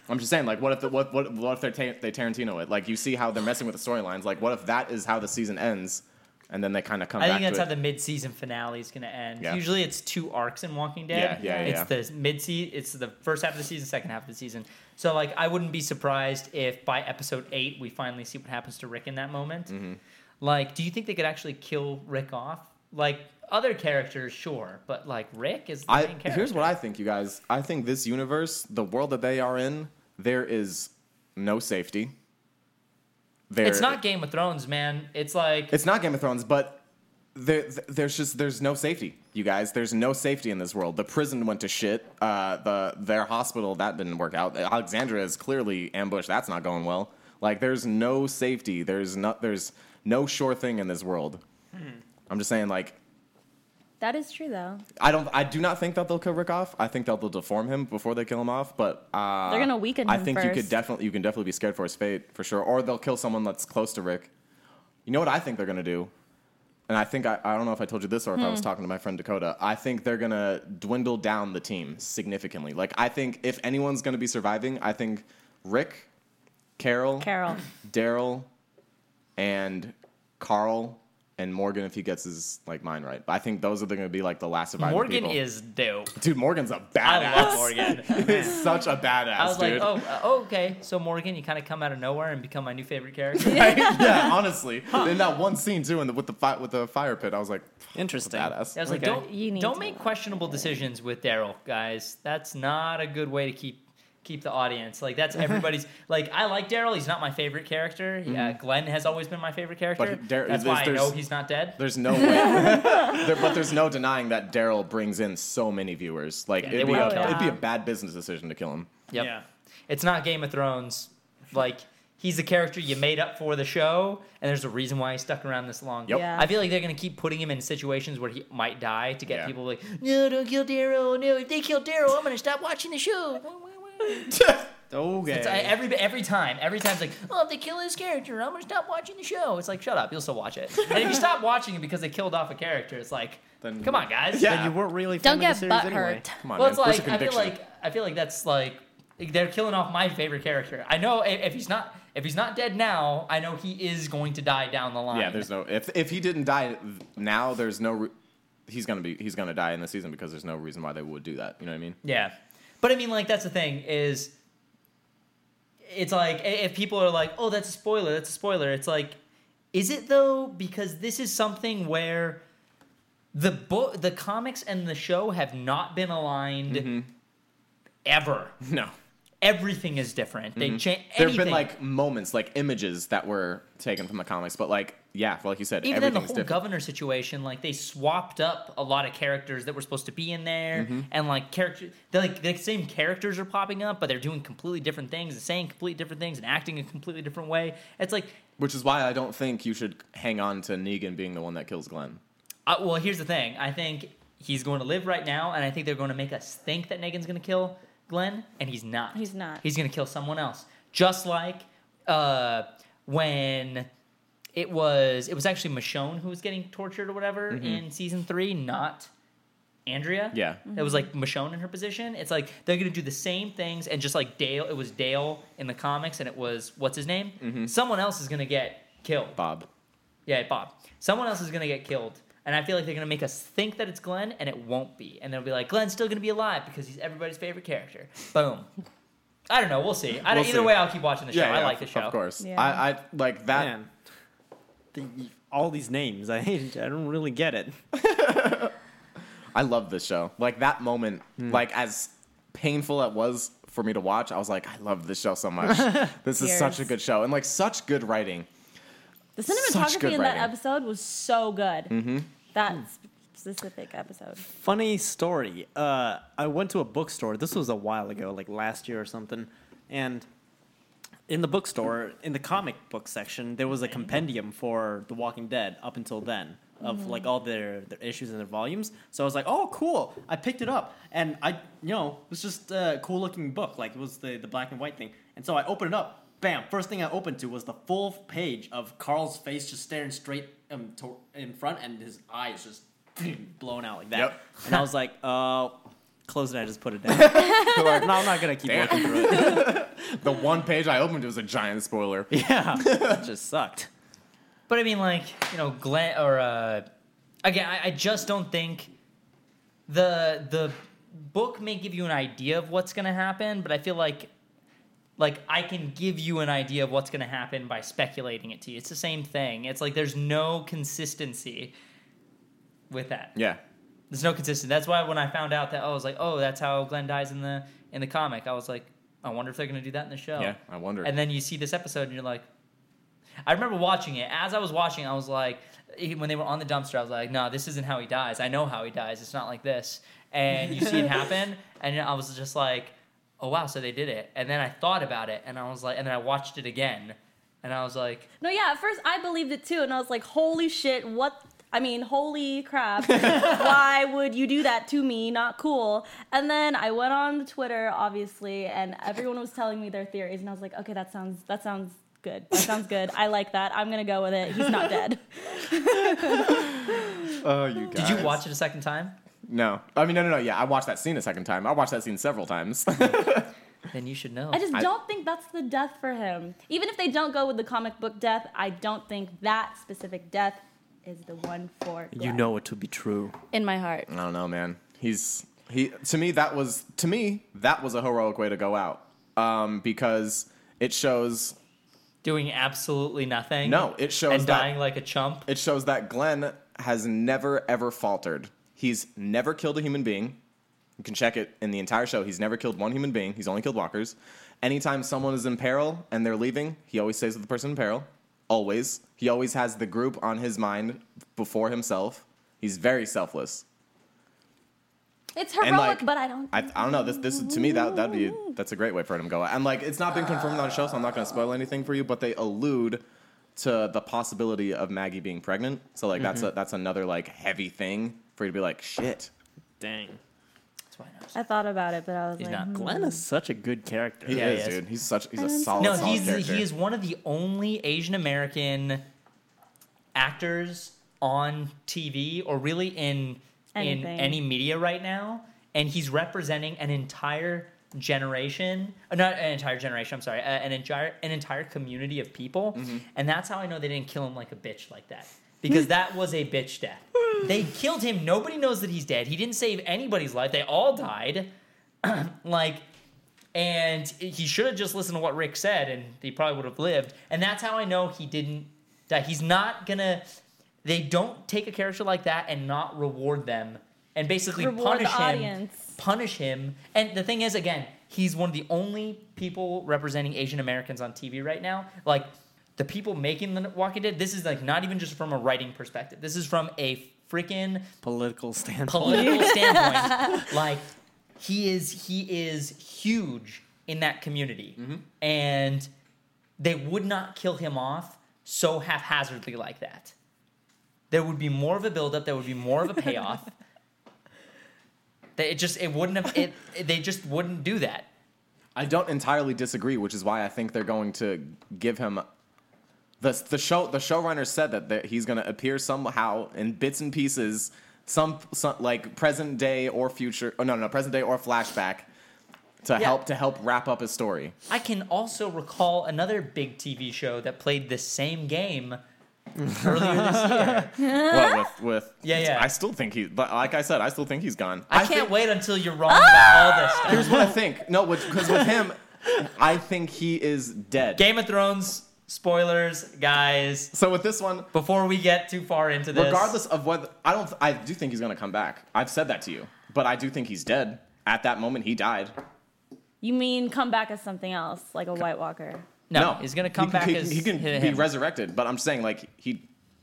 i'm just saying like what if the, what, what what if they're ta- they tarantino it like you see how they're messing with the storylines like what if that is how the season ends and then they kind of come I back think that's to how it the mid-season finale is going to end. Yeah. Usually, it's two arcs in Walking Dead. Yeah, yeah, yeah. It's the mid It's the first half of the season, second half of the season. So, like, I wouldn't be surprised if by episode eight we finally see what happens to Rick in that moment. Mm-hmm. Like, do you think they could actually kill Rick off? Like other characters, sure, but like Rick is the main I, character. here's what i think you guys i think this universe the world that they are in there is no safety there, It's not Game of Thrones, man. It's like It's not Game of Thrones, but there, th- there's just there's no safety, you guys. There's no safety in this world. The prison went to shit. Uh, the their hospital that didn't work out. Alexandria is clearly ambushed. That's not going well. Like there's no safety. There's not there's no sure thing in this world. I'm just saying like. That is true though. I don't. I do not think that they'll kill Rick off. I think that they'll deform him before they kill him off. But uh, They're gonna weaken I him think you could first. definitely, you can definitely be scared for his fate for sure. Or they'll kill someone that's close to Rick. You know what I think they're gonna do, and I think I, I don't know if I told you this or if Hmm. I was talking to my friend Dakota. I think they're gonna dwindle down the team significantly. Like I think if anyone's gonna be surviving, I think Rick, Carol, Carol. Daryl, and Carl. And Morgan, if he gets his like mind right, I think those are going to be like the last surviving Morgan people. is dope. Dude, Morgan's a I badass. love Morgan. <laughs> He's such a badass, I was like, dude. oh, uh, oh, okay. So Morgan, you kind of come out of nowhere and become my new favorite character. <laughs> Right? yeah, honestly. In that one scene too, in the, with the fi- with the fire pit, I was like, Interesting. badass. I was like, Okay. don't You need don't to- make questionable decisions with Daryl, guys. That's not a good way to keep keep the audience. Like <laughs> that's everybody's. like I like Daryl. He's not my favorite character. Yeah, Glenn has always been my favorite character. Mm-hmm. But Dar- that's there's- why I there's- know he's not dead. There's no way, <laughs> there, but there's no denying that Daryl brings in so many viewers. Like Yeah, they it'd, be wouldn't a, kill him. it'd be a bad business decision to kill <laughs> him. Yep. Yeah. It's not Game of Thrones. Like he's the character you made up for the show, and there's a reason why he stuck around this long. Yep. Yeah. I feel like they're gonna keep putting him in situations where he might die to get Yeah. people like, no, don't kill Daryl. No, if they kill Daryl, I'm gonna stop watching the show. Okay. It's, uh, every every time, every time it's like, oh, if they kill his character, I'm gonna stop watching the show. It's like, shut up, you'll still watch it. And if you stop watching it because they killed off a character, it's like, Then- come on, guys. Yeah. and you weren't really. Don't fan of get the butt series anyway. hurt. Come on, Well, man. it's Where's like your I feel conviction? like I feel like that's like they're killing off my favorite character. I know i- if he's not if he's not dead now, I know he is going to die down the line. yeah, there's no if if he didn't die now, there's no. Re- he's gonna be he's gonna die in the season because there's no reason why they would do that. You know what I mean? Yeah, but I mean, like that's the thing is, it's like i- if people are like, "Oh, that's a spoiler," that's a spoiler. It's like, is it though? Because this is something where the book, the comics, and the show have not been aligned Mm-hmm. ever. No. Everything is different. They change. Mm-hmm. There have been like moments, like images that were taken from the comics, but like yeah, like you said, even then the everything's whole different. governor situation like they swapped up a lot of characters that were supposed to be in there and like character they're like the same characters are popping up but they're doing completely different things and saying completely different things and acting a completely different way it's like Which is why I don't think you should hang on to Negan being the one that kills Glenn. I, well here's the thing i think he's going to live right now and i think they're going to make us think that negan's going to kill glenn and he's not He's not. he's going to kill someone else just like uh when it was it was actually Michonne who was getting tortured or whatever in season three, not Andrea. Yeah. It was like Michonne in her position. It's like they're gonna do the same things and just like Dale it was Dale in the comics and it was what's his name? Someone else is gonna get killed. Bob. Yeah, Bob. Someone else is gonna get killed. And I feel like they're gonna make us think that it's Glenn and it won't be. And they'll be like, Glenn's still gonna be alive because he's everybody's favorite character. Boom. I don't know. We'll see. I don't, We'll either see. way, I'll keep watching the show. I like the of- show. Of course. Yeah. I, I like that. Man, the- all these names, <laughs> I hate. I don't really get it. I love this show. Like that moment, Hmm. like as painful it was for me to watch, I was like, I love this show <laughs> so much. this is such a Tears. good show. And like such good writing. The Such good cinematography in that writing. Mm-hmm. episode was so good. That specific episode. Funny story. Uh, I went to a bookstore. This was a while ago, like last year or something, and. In the bookstore, in the comic book section, there was a compendium for The Walking Dead up until then of like all their, their issues and their volumes. So I was like, "Oh, cool!" I picked it up, and I, you know, it was just a cool looking book. Like it was the the black and white thing. And so I opened it up. Bam! First thing I opened to was the full page of Carl's face just staring straight um, to- in front, and his eyes just <clears throat> blown out like that. Yep. And I was like, "Uh." Close it. I just put it <laughs> down. no, I'm not gonna keep Damn. looking through it. <laughs> The one page I opened was a giant spoiler. Yeah, it just sucked. But I mean, like you know, Glenn or uh, again, I, I just don't think the the book may give you an idea of what's gonna happen, but I feel like like I can give you an idea of what's gonna happen by speculating it to you. It's the same thing. It's like there's no consistency with that. Yeah. There's no consistency. That's why when I found out that I was like, oh, that's how Glenn dies in the in the comic. I was like, I wonder if they're gonna do that in the show. Yeah. I wonder. And then you see this episode and you're like, I remember watching it. As I was watching, I was like, when they were on the dumpster, I was like, no, this isn't how he dies. I know how he dies. It's not like this. And you <laughs> see it happen, and I was just like, oh, wow, so they did it. And then I thought about it, and I was like, and then I watched it again, and I was like, No, yeah, at first I believed it too, and I was like, holy shit, what? I mean, <laughs> holy crap, why would you do that to me? Not cool. And then I went on Twitter, obviously, and everyone was telling me their theories, and I was like, okay, that sounds, that sounds good. That sounds good. I like that. I'm gonna go with it. He's not dead. oh, you guys. did you watch it a second time? No. I mean, no, no, no. Yeah. I watched that scene a second time. I watched that scene several times. <laughs> Then you should know. I just I- don't think that's the death for him. Even if they don't go with the comic book death, I don't think that specific death is the one for You Glenn. know it to be true. in my heart. I don't know, man. He's he to me that was to me that was a heroic way to go out um, because it shows Doing absolutely nothing. No, it shows And that- dying like a chump. it shows that Glenn has never ever faltered. He's never killed a human being. You can check it in the entire show. He's never killed one human being. He's only killed walkers. Anytime someone is in peril and they're leaving, he always stays with the person in peril. Always. He always has the group on his mind before himself. He's very selfless. It's heroic, but I don't. I, I don't know. This this to me that that'd be that's a great way for him to go. And like it's not been confirmed on the show, so I'm not going to spoil anything for you. But they allude to the possibility of Maggie being pregnant. So like Mm-hmm. that's a, that's another like heavy thing for you to be like shit. Dang. That's why I know. I thought about it, but I was He's like, not. hmm. Glenn is such a good character. He Yeah, is, he is. dude. He's such he's a I'm so solid. Oh, No, solid he's character. he is one of the only Asian American actors on TV or really in in Anything. any media right now, and he's representing an entire generation uh, not an entire generation i'm sorry uh, an entire an entire community of people and that's how i know they didn't kill him like a bitch like that because that was a bitch death they killed him nobody knows that he's dead he didn't save anybody's life they all died <clears throat> like and he should have just listened to what Rick said, and he probably would have lived. And that's how I know he didn't die. He's not gonna. They don't take a character like that and not reward them, and basically Reward the punish him. audience. Punish him. And the thing is, again, he's one of the only people representing Asian Americans on TV right now. Like the people making the Walking Dead. This is like not even just from a writing perspective. This is from a freaking Political standpoint. political standpoint, like he is he is huge in that community, and they would not kill him off so haphazardly like that. There would be more of a buildup. There would be more of a payoff. They, it just it wouldn't have it. They just wouldn't do that. I don't entirely disagree, which is why I think they're going to give him. The, the show the showrunner said that, that he's going to appear somehow in bits and pieces, some, some like present day or future. Oh no, no, present day or flashback, to help to help wrap up his story. I can also recall another big TV show that played the same game earlier this year. Well, with with Uh-huh. Yeah, yeah. I still think he. But like I said, I still think he's gone. I, can't wait until you're wrong about all this. stuff. Here's what I think. No, because with him, I think he is dead. Game of Thrones spoilers, guys. So with this one, Before we get too far into this, Regardless of whether I don't, I do think he's gonna come back. I've said that to you, but I do think he's dead. At that moment, he died. you mean come back as something else, like a White Walker? no, he's gonna come he, back He, as he can him. be resurrected, but I'm saying like he,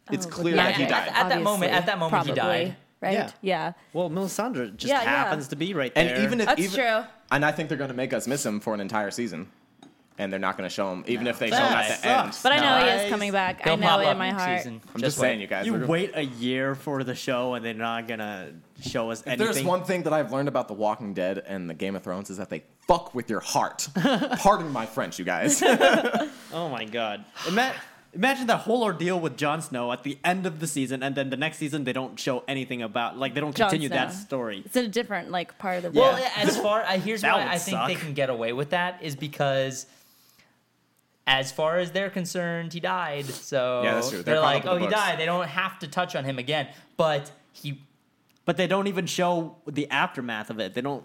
it's Oh, but clear yeah, that he yeah, died. At that moment- at that moment, he died. Right? Yeah. Yeah. <laughs> Well, Melisandre just Yeah, yeah. happens to be right and there. even if That's even, true. and I think they're gonna make us miss him for an entire season, and they're not gonna show him, even if they show him That at the sucks. end. But I know he Nice. is coming back. They'll I know pop it up in my next heart. season. I'm Just just wait. saying, you guys. you we're- wait a year for the show and they're not gonna show us anything. There's one thing that I've learned about The Walking Dead and the Game of Thrones is that they fuck with <laughs> your heart. Pardon my French, you guys. Oh my god! Ima- imagine that whole ordeal with Jon Snow at the end of the season, and then the next season they don't show anything about, like they don't Jon continue that Snow. story. It's a different like part of the Well, world. yeah, as far I here's That why would I think they suck. can get away with that is because, as far as they're concerned, he died. So Yeah, that's true. They're They're, caught like, up oh, with the he books." died. They don't have to touch on him again. But he, But they don't even show the aftermath of it. They don't.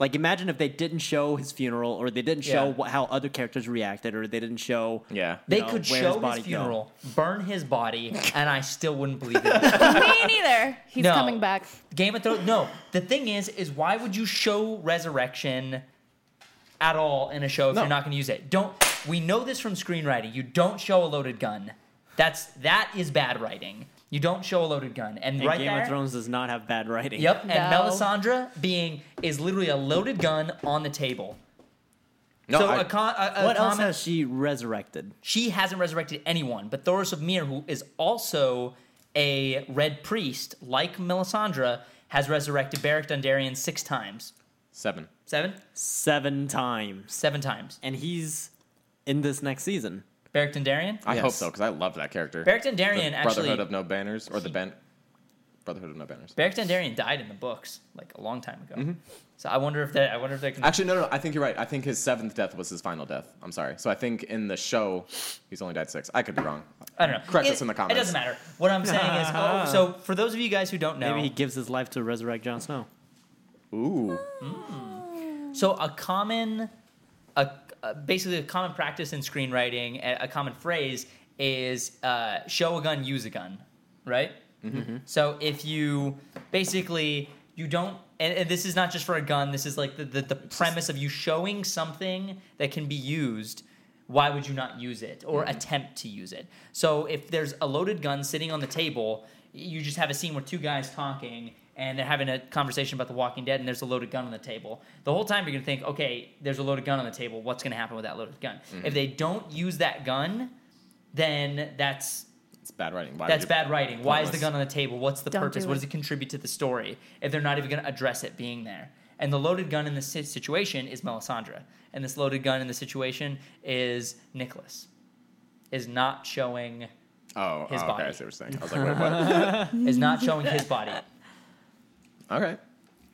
Like imagine if they didn't show his funeral, or they didn't show Yeah. what, how other characters reacted, or they didn't show. yeah. they know, could where show his his, body go? funeral, burn his body, and I still wouldn't believe it. Me neither. <laughs> He's No. coming back. Game of Thrones. No, the thing is, is why would you show resurrection at all in a show if No. you're not going to use it? Don't. We know this from screenwriting. You don't show a loaded gun. That's that is bad writing. You don't show a loaded gun, and, And right Game there. of Thrones does not have bad writing. Yep, and No. Melisandre being is literally a loaded gun on the table. No, so I- a con, a, a What else comment- has she resurrected? she hasn't resurrected anyone, but Thoris of Mir, who is also a red priest, like Melisandre, has resurrected Beric Dondarrion six times. seven. Seven? Seven times, Seven times. and he's in this next season. Beric Dondarrion? I Yes. hope so because I love that character. Beric The Dondarrion actually. Brotherhood of No Banners or the ban- Brotherhood of No Banners. Beric Dondarrion died in the books like a long time Mm-hmm. ago. So I wonder if that. I wonder if they can. Actually, no, no, I think you're right. I think his seventh death was his final death. I'm sorry. So I think in the show, he's only died six. I could be wrong. I don't know. Correct It- us in the comments. It doesn't matter. What I'm saying is, <laughs> oh, so for those of you guys who don't know, Maybe he gives his life to resurrect Jon Snow. Ooh, So a common, a, a- basically a common practice in screenwriting, a, a common phrase is uh, "show a gun, use a gun," right? So if you basically you don't and, and this is not just for a gun this is like the, the, the premise of you showing something that can be used why would you not use it or attempt to use it so if there's a loaded gun sitting on the table you just have a scene where two guys talking and they're having a conversation about the walking dead and there's a loaded gun on the table the whole time you're going to think okay there's a loaded gun on the table what's going to happen with that loaded gun if they don't use that gun then that's It's bad writing. Why would that's you- bad writing. Why is the Pointless. gun on the table? What's the Don't purpose? do What it. does it contribute to the story if they're not even going to address it being there? And the loaded gun in this si- situation is Melisandre, and this loaded gun in the situation is Nicholas. Is not showing Oh, his oh, body. okay. I see what you're saying. I was like, wait, what? is not showing his <laughs> body. okay.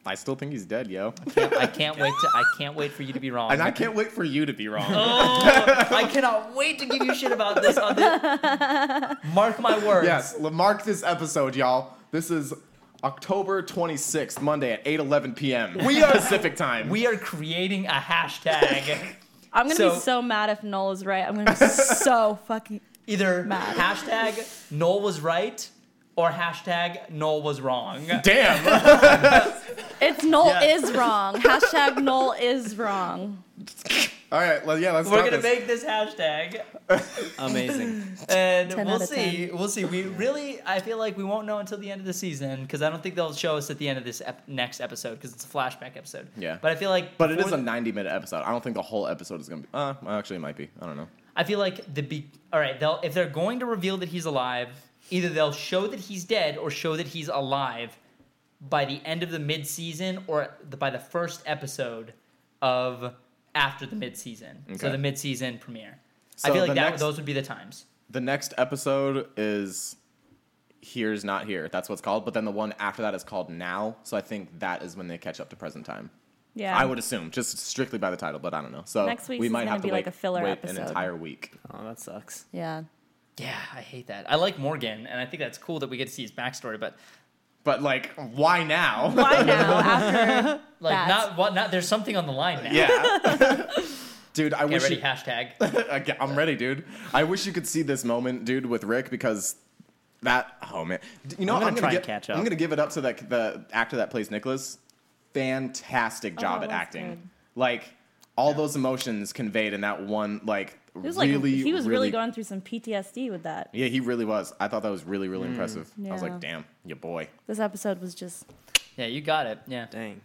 I still think he's dead, yo. I can't wait to I can't wait for you to be wrong. And I can't wait for you to be wrong. Oh. I cannot wait to give you shit about this. On this. <laughs> Mark my words. Yes, l- mark this episode, y'all. This is October 26th, Monday at 8 11 p.m. We are Pacific time. We are creating a <laughs> hashtag. I'm gonna So- be so mad if Noel is right. I'm gonna be so fucking. either Mad. hashtag Noel was right or hashtag Noel was wrong. damn. <laughs> It's Noel is wrong. Hashtag Noel is wrong. All right, well, yeah, let's We're stop gonna this. make this hashtag, Amazing. and 10 we'll out of see. We'll see. We really, I feel like we won't know until the end of the season because I don't think they'll show us at the end of this ep- next episode because it's a flashback episode. Yeah. but I feel like, but it is before- a 90 minute episode. I don't think the whole episode is going to be. Uh, well, actually, it might be. I don't know. I feel like the be. All right, they'll if they're going to reveal that he's alive, either they'll show that he's dead or show that he's alive by the end of the mid season or the, by the first episode of after the mid season. So Okay. the mid season premiere. I So feel like the that, next- those would be the times. The next episode is Here's Not Here. That's what it's called. But then the one after that is called Now. So I think that is when they catch up to present time. Yeah. I would assume, just strictly by the title, but I don't know. So Next week's we is might gonna have to be wait, like a filler wait episode. an entire week. <laughs> Oh, that sucks. Yeah. Yeah, I hate that. I like Morgan, and I think that's cool that we get to see his backstory, but But like, why now? <laughs> <laughs> Why now? After like That's- not what not there's something on the line now. Yeah. <laughs> dude, I Get wish ready, you- hashtag. Again, I'm ready, dude. I wish you could see this moment, dude, with Rick because that oh man. D- You know, I'm what? gonna try and gi- catch up. I'm gonna give it up to that the actor that plays Nicholas. Fantastic Oh, job at that was acting. good. Like all those emotions conveyed in that one like <laughs> it was like really he was really, going through some PTSD with that. Yeah, he really was. I thought that was really really impressive. I was Mm, Yeah. like, "Damn, your boy." This episode was just Yeah, you got it. Yeah. Dang.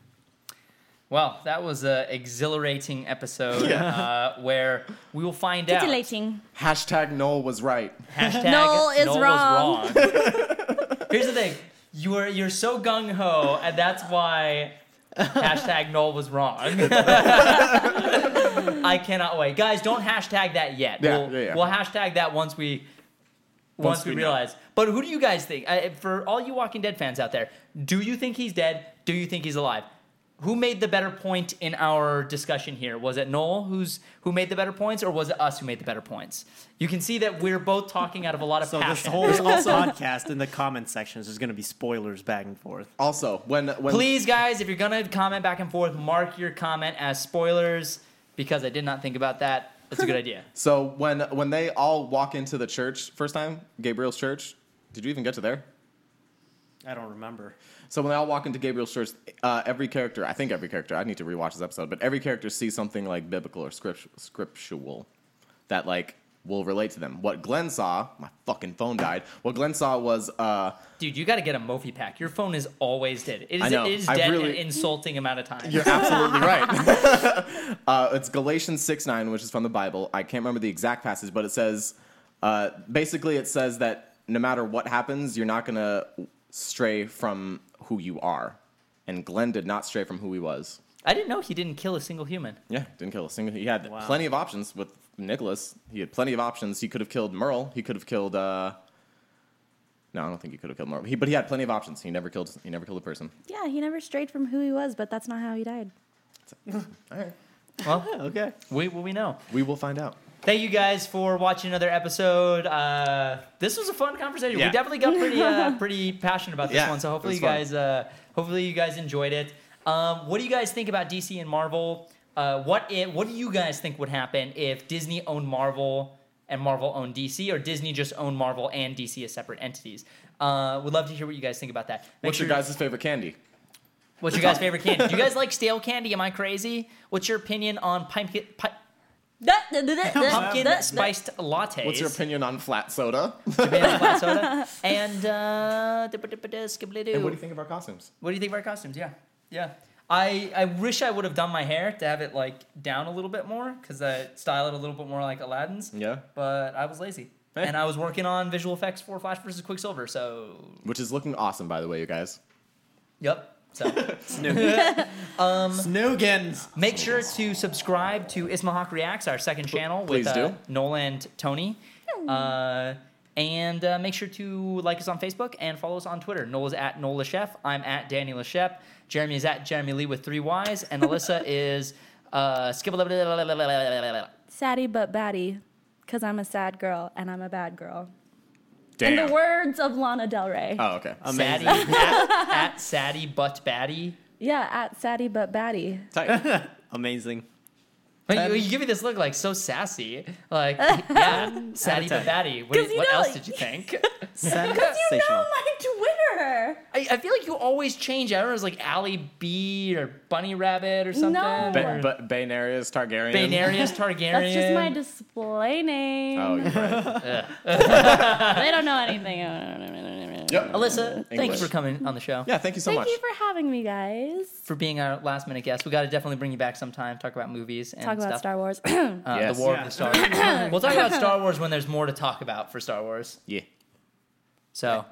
Well, that was an exhilarating episode uh, where we will find out. titillating. Hashtag Noel was right. Hashtag Noel is was <laughs> wrong. wrong. Here's the thing. You are you're so gung ho, and that's why hashtag Noel was <laughs> wrong. I cannot wait, guys. Don't hashtag that yet. Yeah, we'll, yeah, yeah. we'll hashtag that once we once, Once we, we know. realize. But who do you guys think? Uh, for all you Walking Dead fans out there, do you think he's dead? Do you think he's alive? Who made the better point in our discussion here? Was it Noel who's who made the better points, or was it us who made the better points? You can see that we're both talking out of a lot of So this passion. <laughs> whole podcast in the comment sections is going to be spoilers back and forth. Also, when when Please, guys, if you're gonna comment back and forth, mark your comment as spoilers because I did not think about that. That's a good idea. So when when they all walk into the church first time, Gabriel's church, did you even get to there? I don't remember. So when they all walk into Gabriel's church, uh, every character, I think every character, I need to rewatch this episode, but every character sees something like biblical or script, scriptural that like will relate to them. What Glenn saw, my fucking phone died. What Glenn saw was uh, Dude, you gotta get a Mophie pack. Your phone is always dead. It I is, know. it is I dead an really- insulting amount of time. <laughs> You're absolutely right. <laughs> uh, it's Galatians 6 9, which is from the Bible. I can't remember the exact passage, but it says uh, basically, it says that no matter what happens, you're not going to stray from who you are. And Glenn did not stray from who he was. I didn't know he didn't kill a single human. Yeah, didn't kill a single. He had Wow. plenty of options with Nicholas. He had plenty of options. He could have killed Merle. He could have killed. Uh, no, I don't think he could have killed Merle. He, but he had plenty of options. He never killed. He never killed a person. Yeah, he never strayed from who he was, but that's not how he died. Well, Okay. we well, we know. We will find out. Thank you guys for watching another episode. Uh, this was a fun conversation. Yeah. We definitely got pretty uh, pretty passionate about this Yeah, one. So it hopefully was you fun. guys uh, hopefully you guys enjoyed it. Um, what do you guys think about DC and Marvel? Uh, what if, what do you guys think would happen if Disney owned Marvel and Marvel owned DC, or Disney just owned Marvel and DC as separate entities? Uh, would love to hear what you guys think about that. Make What's your sure- guys' favorite candy? What's your guys' favorite candy? Do you guys like stale candy? Am I crazy? What's your opinion on pumpkin pi- pumpkin spiced lattes? What's your opinion on flat soda? <laughs> Japan flat soda? And uh, And what do skibidi-doo. you think of our costumes? What do you think of our costumes? Yeah, yeah. I, I wish I would have done my hair to have it like down a little bit more because I style it a little bit more like Aladdin's. Yeah. But I was lazy. Hey. And I was working on visual effects for Flash versus Quicksilver, so Which is looking awesome, by the way, you guys. yep. So Snoogans. make sure to subscribe to Ismahawk Reacts, our second channel with please uh, do. Nola and Tony. Uh, and uh, make sure to like us on Facebook and follow us on Twitter. Nola's at Nola Chef. I'm at Danny Lachef. Jeremy is at Jeremy Lee with three Y's. And Alyssa <laughs> is uh, skip Saddy but batty, because I'm a sad girl and I'm a bad girl. In the words of Lana Del Rey. Oh, okay. Uh, Saddy at, at Saddy but Batty. Yeah, at Saddy but batty. Tight. Amazing. But you, you give me this look like so sassy. <laughs> Like, yeah, Saddy but Batty. What, 'Cause you what know- else <laughs> did you think? You know my Twitter. I, I feel like you always change. I don't know, it was like Ally B or Bunny Rabbit or something. No. Ba- Ba- ba- Bainarius Targaryen. Banarius Targaryen. That's just my display name. Oh, you're right. They don't know anything. <laughs> <laughs> Yep. Alyssa, thanks English. for coming on the show. Yeah, thank you so Thank much. you for having me, guys. For being our last minute guest. We got to definitely bring you back sometime, talk about movies and Talk stuff. about Star Wars. <clears throat> Uh, Yes. The War Yeah. of the Stars. we'll talk about Star Wars when there's more to talk about for Star Wars. yeah. So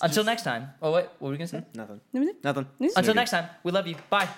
until next time. Oh, wait, what were we going to say? Nothing. Nothing. Until next time, we love you. Bye.